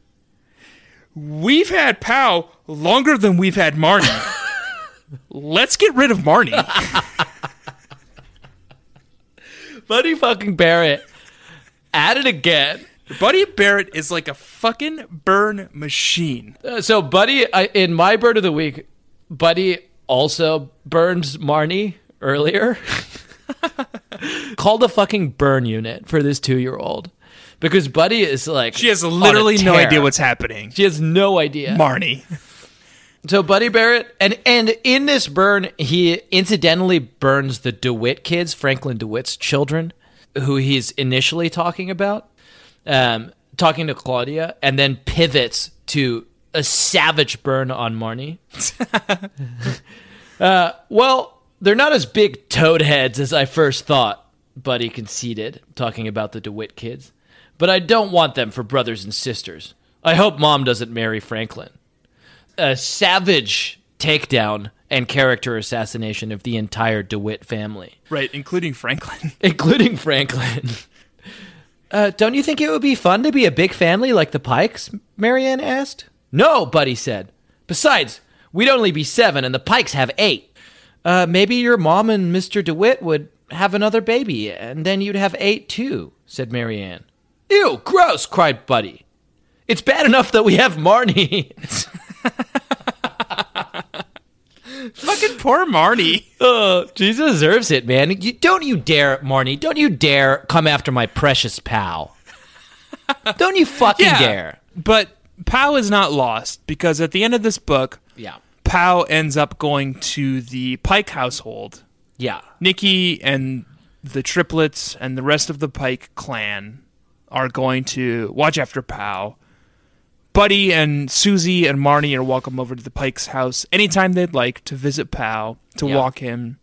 [SPEAKER 3] We've had Pow longer than we've had Marnie. Let's get rid of Marnie.
[SPEAKER 4] Buddy fucking Barrett. At it again.
[SPEAKER 3] Buddy Barrett is like a fucking burn machine.
[SPEAKER 4] Uh, so, Buddy, I, in my bird of the week, Buddy also burns Marnie earlier. Called a fucking burn unit for this two year old because Buddy is like.
[SPEAKER 3] She has
[SPEAKER 4] on a
[SPEAKER 3] literally no
[SPEAKER 4] tear.
[SPEAKER 3] idea what's happening.
[SPEAKER 4] She has no idea.
[SPEAKER 3] Marnie.
[SPEAKER 4] So Buddy Barrett and and in this burn he incidentally burns the DeWitt kids, Franklin DeWitt's children, who he's initially talking about, um, talking to Claudia, and then pivots to a savage burn on Marnie. uh, well, they're not as big toad heads as I first thought, Buddy conceded, talking about the DeWitt kids. But I don't want them for brothers and sisters. I hope mom doesn't marry Franklin a savage takedown and character assassination of the entire DeWitt family,
[SPEAKER 3] Right, including Franklin.
[SPEAKER 4] including Franklin. Uh, don't you think it would be fun to be a big family like the Pikes? Marianne asked. No, Buddy said. Besides, we'd only be seven, and the Pikes have eight. Uh, maybe your mom and Mr. DeWitt would have another baby, and then you'd have eight too, said Marianne. Ew, gross, cried Buddy. It's bad enough that we have Marnie.
[SPEAKER 3] fucking poor Marnie.
[SPEAKER 4] Uh, she deserves it, man. You, don't you dare, Marnie. Don't you dare come after my precious pal. don't you fucking dare.
[SPEAKER 3] But Pow is not lost because at the end of this book,
[SPEAKER 4] Yeah.
[SPEAKER 3] Pow ends up going to the Pike household.
[SPEAKER 4] Yeah.
[SPEAKER 3] Nikki and the triplets and the rest of the Pike clan are going to watch after Pow. Buddy and Susie and Marnie are welcome over to the Pike's house anytime they'd like to visit Pow, to
[SPEAKER 4] Yeah.
[SPEAKER 3] walk him,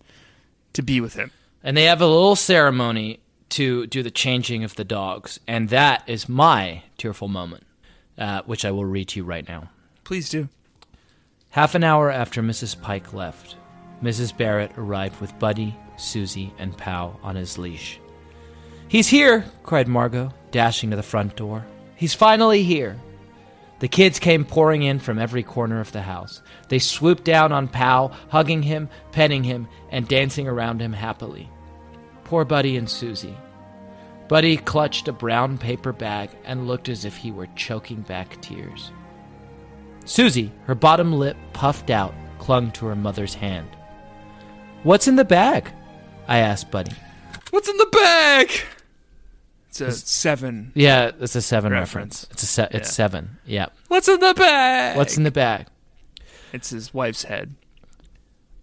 [SPEAKER 3] to be with him.
[SPEAKER 4] And they have a little ceremony to do the changing of the dogs. And that is my tearful moment, uh, which I will read to you right now.
[SPEAKER 3] Please do.
[SPEAKER 4] Half an hour after Mrs. Pike left, Mrs. Barrett arrived with Buddy, Susie, and Pow on his leash. He's here, cried Margot, dashing to the front door. He's finally here. The kids came pouring in from every corner of the house. They swooped down on Pow, hugging him, petting him, and dancing around him happily. Poor Buddy and Susie. Buddy clutched a brown paper bag and looked as if he were choking back tears. Susie, her bottom lip puffed out, clung to her mother's hand. What's in the bag? I asked Buddy.
[SPEAKER 3] What's in the bag? It's a seven.
[SPEAKER 4] Yeah, it's a seven
[SPEAKER 3] Reference.
[SPEAKER 4] reference. It's a se- it's
[SPEAKER 3] Yeah.
[SPEAKER 4] seven. Yeah.
[SPEAKER 3] What's in the bag?
[SPEAKER 4] What's in the bag?
[SPEAKER 3] It's his wife's head.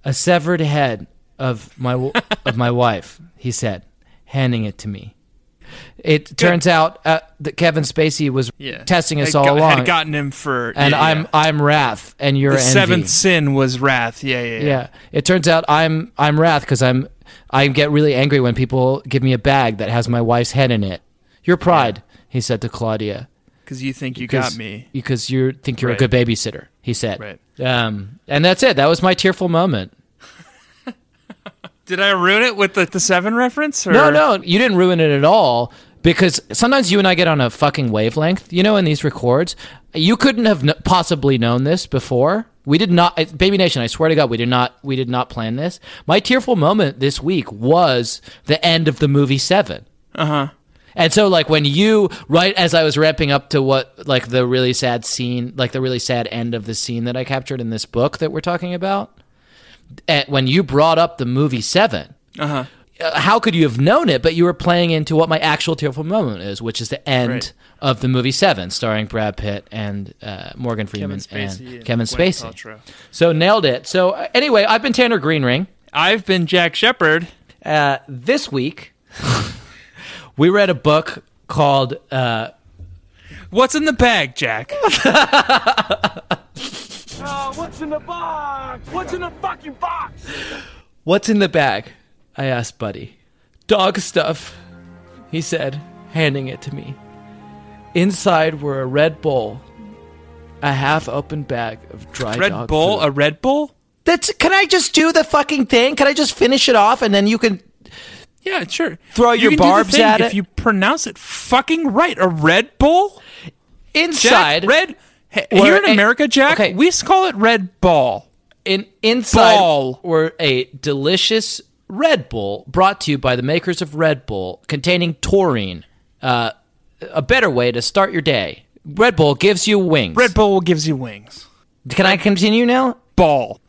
[SPEAKER 4] A severed head of my w- of my wife. He said, handing it to me. It turns out uh, that Kevin Spacey was
[SPEAKER 3] Yeah,
[SPEAKER 4] testing us
[SPEAKER 3] Had
[SPEAKER 4] all
[SPEAKER 3] got-
[SPEAKER 4] along,
[SPEAKER 3] Had gotten him for
[SPEAKER 4] and
[SPEAKER 3] yeah,
[SPEAKER 4] I'm
[SPEAKER 3] yeah.
[SPEAKER 4] I'm wrath, and you're
[SPEAKER 3] the
[SPEAKER 4] envy.
[SPEAKER 3] seventh sin was wrath. Yeah, yeah, yeah.
[SPEAKER 4] Yeah. It turns out I'm I'm wrath because I'm I get really angry when people give me a bag that has my wife's head in it. Your pride, he said to Claudia.
[SPEAKER 3] Because you think you got
[SPEAKER 4] 'cause-
[SPEAKER 3] me.
[SPEAKER 4] because you think you're
[SPEAKER 3] Right.
[SPEAKER 4] a good babysitter. He said.
[SPEAKER 3] Right.
[SPEAKER 4] Um, and that's it. That was my tearful moment.
[SPEAKER 3] Did I ruin it with the, the seven reference? Or?
[SPEAKER 4] No, no, you didn't ruin it at all. Because sometimes you and I get on a fucking wavelength, you know, in these records. You couldn't have kn- possibly known this before. We did not, I- Baby Nation. I swear to God, we did not. We did not plan this. My tearful moment this week was the end of the movie Seven. And so, like, when you, right as I was ramping up to what, like, the really sad scene, like, the really sad end of the scene that I captured in this book that we're talking about, eh, when you brought up the movie Seven, uh, how could you have known it? But you were playing into what my actual tearful moment is, which is the end
[SPEAKER 3] Right.
[SPEAKER 4] of the movie Seven, starring Brad Pitt and uh, Morgan Freeman and, Kevin
[SPEAKER 3] Gwyneth
[SPEAKER 4] Spacey.
[SPEAKER 3] Paltrow.
[SPEAKER 4] So, nailed it. So, uh, anyway, I've been Tanner Greenring
[SPEAKER 3] I've been Jack Shepard.
[SPEAKER 4] uh, this week we read a book called uh,
[SPEAKER 3] What's in the bag, Jack?
[SPEAKER 6] what's in the box? What's in the fucking box?
[SPEAKER 4] what's in the bag i asked buddy dog stuff he said handing it to me inside were a red bowl a half open bag of dry
[SPEAKER 3] Red
[SPEAKER 4] dog
[SPEAKER 3] Bull?
[SPEAKER 4] food.
[SPEAKER 3] A Red Bull?
[SPEAKER 4] that's can i just do the fucking thing can i just finish it off and then you can
[SPEAKER 3] Yeah, sure.
[SPEAKER 4] Throw
[SPEAKER 3] You
[SPEAKER 4] your
[SPEAKER 3] can do the
[SPEAKER 4] barbs
[SPEAKER 3] thing
[SPEAKER 4] at
[SPEAKER 3] if
[SPEAKER 4] it.
[SPEAKER 3] you pronounce it fucking right. A Red Bull?
[SPEAKER 4] inside
[SPEAKER 3] Jack, Red. He-
[SPEAKER 4] Or
[SPEAKER 3] Here in
[SPEAKER 4] a-
[SPEAKER 3] America, Jack,
[SPEAKER 4] okay.
[SPEAKER 3] we s- call it Red Ball.
[SPEAKER 4] in inside
[SPEAKER 3] Ball.
[SPEAKER 4] were a delicious Red Bull brought to you by the makers of Red Bull, containing taurine. Uh, a better way to start your day. Red Bull gives you wings.
[SPEAKER 3] Red Bull gives you wings.
[SPEAKER 4] Can I continue now?
[SPEAKER 3] Ball.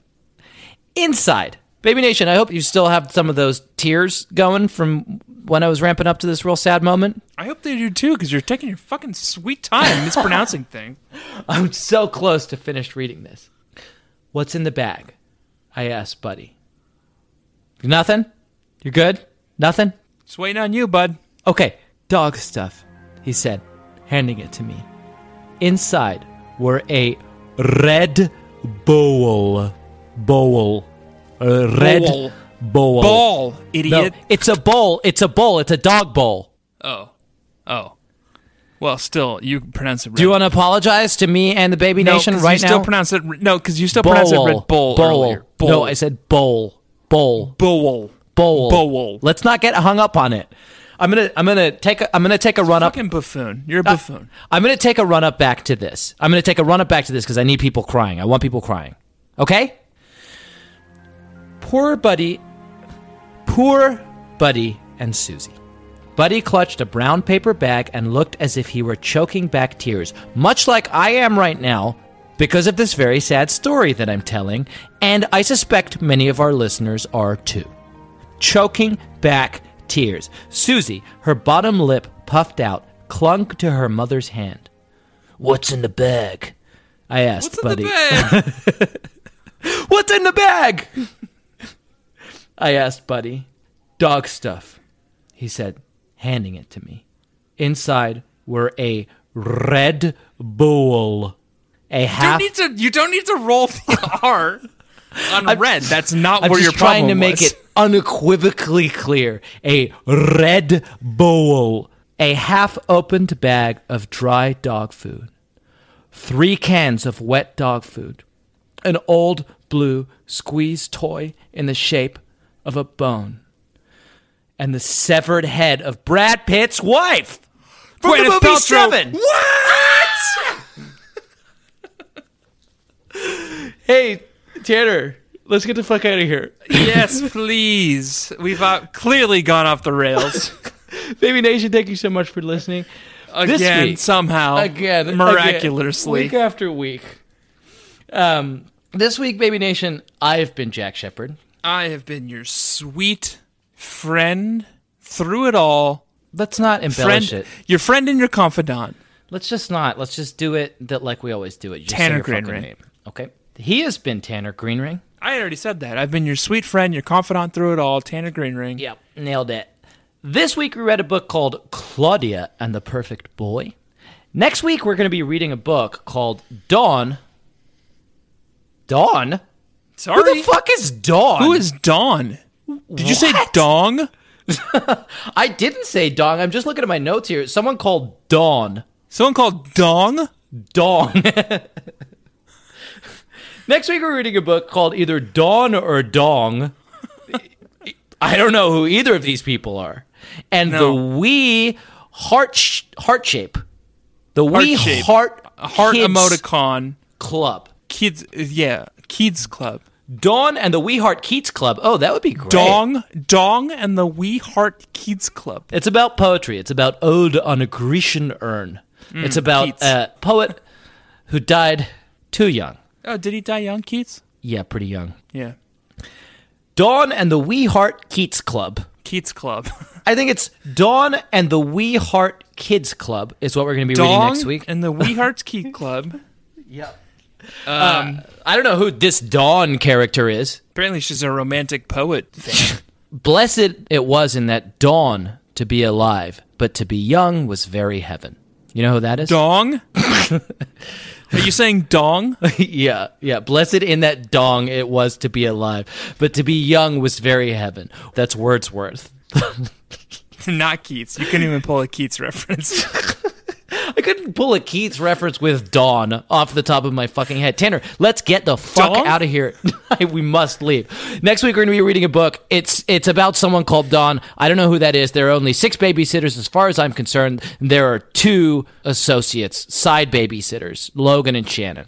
[SPEAKER 4] Inside. Baby Nation, I hope you still have some of those tears going from when I was ramping up to this real sad moment.
[SPEAKER 3] I hope they do too, because you're taking your fucking sweet time mispronouncing things.
[SPEAKER 4] I'm so close to finished reading this. What's in the bag? I asked Buddy. Nothing? You're good? Nothing?
[SPEAKER 3] It's waiting on you, bud.
[SPEAKER 4] Okay, dog stuff, he said, handing it to me. Inside were a red bowl. Bowl. A red
[SPEAKER 3] Bowl.
[SPEAKER 4] bowl.
[SPEAKER 3] Ball,
[SPEAKER 4] No,
[SPEAKER 3] idiot.
[SPEAKER 4] it's a bowl. It's a bowl. It's a dog bowl.
[SPEAKER 3] Oh. Oh. Well, still, you pronounce it Red
[SPEAKER 4] Do you want to apologize to me and the Baby
[SPEAKER 3] no,
[SPEAKER 4] Nation
[SPEAKER 3] 'cause
[SPEAKER 4] right
[SPEAKER 3] you
[SPEAKER 4] now?
[SPEAKER 3] still pronounce it. No, because you still pronounce it Red Bull. earlier. Bull.
[SPEAKER 4] No, I said bowl. Bowl.
[SPEAKER 3] Bowl.
[SPEAKER 4] Bowl.
[SPEAKER 3] Bowl.
[SPEAKER 4] Let's not get hung up on it. I'm gonna. I'm gonna take. A, I'm gonna take a run up. Ah.
[SPEAKER 3] Fucking buffoon. You're a buffoon.
[SPEAKER 4] I'm going to take a run up back to this. I'm going to take a run up back to this because I need people crying. I want people crying. Okay? Poor Buddy. Poor Buddy and Susie. Buddy clutched a brown paper bag and looked as if he were choking back tears, much like I am right now because of this very sad story that I'm telling, and I suspect many of our listeners are too choking back tears. Susie, her bottom lip puffed out, clung to her mother's hand. What's in the bag? I asked
[SPEAKER 3] What's in
[SPEAKER 4] Buddy.
[SPEAKER 3] the bag?
[SPEAKER 4] What's in the bag? I asked Buddy. Dog stuff, he said, handing it to me. Inside were a red bowl, a
[SPEAKER 3] you,
[SPEAKER 4] half
[SPEAKER 3] need to, you don't need to roll the R on red. That's not
[SPEAKER 4] I'm
[SPEAKER 3] where
[SPEAKER 4] just
[SPEAKER 3] your
[SPEAKER 4] trying to
[SPEAKER 3] problem
[SPEAKER 4] make
[SPEAKER 3] was.
[SPEAKER 4] it unequivocally clear. A red bowl, a half-opened bag of dry dog food, three cans of wet dog food, an old blue squeeze toy in the shape of a bone, and the severed head of Brad Pitt's wife from
[SPEAKER 3] Gwyneth
[SPEAKER 4] the movie
[SPEAKER 3] Paltrow.
[SPEAKER 4] Seven.
[SPEAKER 3] What?
[SPEAKER 4] Hey, Tanner, let's get the fuck out of here.
[SPEAKER 3] yes, please. We've uh, clearly gone off the rails
[SPEAKER 4] Baby Nation, thank you so much for listening. This
[SPEAKER 3] again,
[SPEAKER 4] week.
[SPEAKER 3] somehow,
[SPEAKER 4] again
[SPEAKER 3] miraculously.
[SPEAKER 4] again, week after week um this week baby nation i've been jack shepard
[SPEAKER 3] I have been your sweet friend through it all,
[SPEAKER 4] let's not
[SPEAKER 3] friend,
[SPEAKER 4] embellish it.
[SPEAKER 3] your friend and your confidant.
[SPEAKER 4] Let's just not. Let's just do it that like we always do it. Just say
[SPEAKER 3] Tanner
[SPEAKER 4] your fucking
[SPEAKER 3] Greenring.
[SPEAKER 4] name. Okay. He has been Tanner Greenring.
[SPEAKER 3] I already said that. I've been your sweet friend, your confidant through it all, Tanner Greenring.
[SPEAKER 4] Yep, nailed it. This week we read a book called Claudia and the Perfect Boy. Next week we're going to be reading a book called Dawn. Dawn?
[SPEAKER 3] Sorry.
[SPEAKER 4] Who the fuck is Dawn?
[SPEAKER 3] Who is Dawn? Did you say
[SPEAKER 4] What?
[SPEAKER 3] Dong?
[SPEAKER 4] I didn't say Dawn. I'm just looking at my notes here. Someone called Dawn.
[SPEAKER 3] Someone called Dong?
[SPEAKER 4] Dawn. Next week we're reading a book called either Dawn or Dong. I don't know who either of these people are. And
[SPEAKER 3] No.
[SPEAKER 4] the wee heart sh- heart shape. The wee
[SPEAKER 3] Heart shape.
[SPEAKER 4] heart
[SPEAKER 3] A heart
[SPEAKER 4] Kids
[SPEAKER 3] emoticon.
[SPEAKER 4] club.
[SPEAKER 3] Kids, uh, yeah, Kids Club.
[SPEAKER 4] Dawn and the Wee Heart Keats Club. Oh, that would be great.
[SPEAKER 3] Dong, Dong, and the Wee Heart Kids Club.
[SPEAKER 4] It's about poetry. It's about ode on a Grecian urn. it's about
[SPEAKER 3] Mm, Keats.
[SPEAKER 4] a poet who died too young.
[SPEAKER 3] Oh, did he die young, Keats?
[SPEAKER 4] Yeah, pretty young.
[SPEAKER 3] Yeah,
[SPEAKER 4] Dawn and the Wee Heart Keats Club.
[SPEAKER 3] Keats Club.
[SPEAKER 4] I think it's Dawn and the Wee Heart Kids Club is what we're going to be reading
[SPEAKER 3] Dong
[SPEAKER 4] next week.
[SPEAKER 3] and the Wee Hearts Keats Club.
[SPEAKER 4] I don't know who this Dawn character is.
[SPEAKER 3] Apparently, she's a romantic poet. Thing.
[SPEAKER 4] Blessed it was in that dawn to be alive, but to be young was very heaven. You know who that is?
[SPEAKER 3] Dong. Are you saying Dong?
[SPEAKER 4] yeah, yeah. Blessed in that dong it was to be alive, but to be young was very heaven. That's Wordsworth.
[SPEAKER 3] Not Keats. You couldn't even pull a Keats reference.
[SPEAKER 4] I couldn't pull a Keats reference with dawn off the top of my fucking head. Tanner, let's get the fuck
[SPEAKER 3] Dawn?
[SPEAKER 4] out of here. we must leave. Next week we're going to be reading a book. It's it's about someone called Dawn. I don't know who that is. There are only six babysitters, as far as I'm concerned. There are two associates, side babysitters, Logan and Shannon.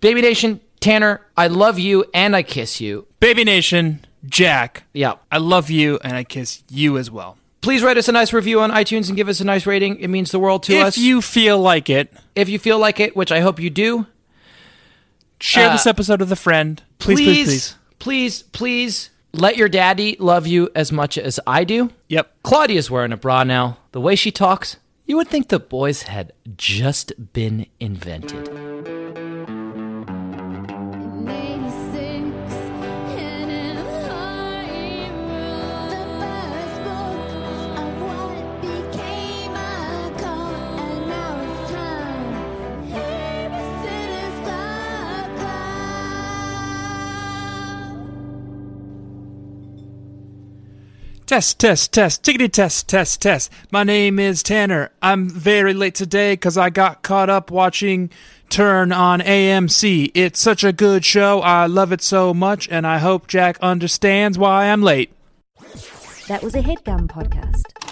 [SPEAKER 4] Baby Nation, Tanner, I love you and I kiss you.
[SPEAKER 3] Baby Nation, Jack.
[SPEAKER 4] Yeah.
[SPEAKER 3] I love you and I kiss you as well.
[SPEAKER 4] Please write us a nice review on iTunes and give us a nice rating. It means the world to
[SPEAKER 3] if
[SPEAKER 4] us.
[SPEAKER 3] you feel like it,
[SPEAKER 4] if you feel like it, which I hope you do,
[SPEAKER 3] share
[SPEAKER 4] Uh,
[SPEAKER 3] this episode with a friend. Please,
[SPEAKER 4] please,
[SPEAKER 3] please, please.
[SPEAKER 4] please, please let your daddy love you as much as I do.
[SPEAKER 3] Yep.
[SPEAKER 4] Claudia's wearing a bra now. The way she talks, you would think the boys had just been invented.
[SPEAKER 3] Test, test, test, tickety test, test, test. My name is Tanner. I'm very late today because I got caught up watching Turn on AMC. It's such a good show. I love it so much, and I hope Jack understands why I'm late.
[SPEAKER 1] That was a headgum podcast.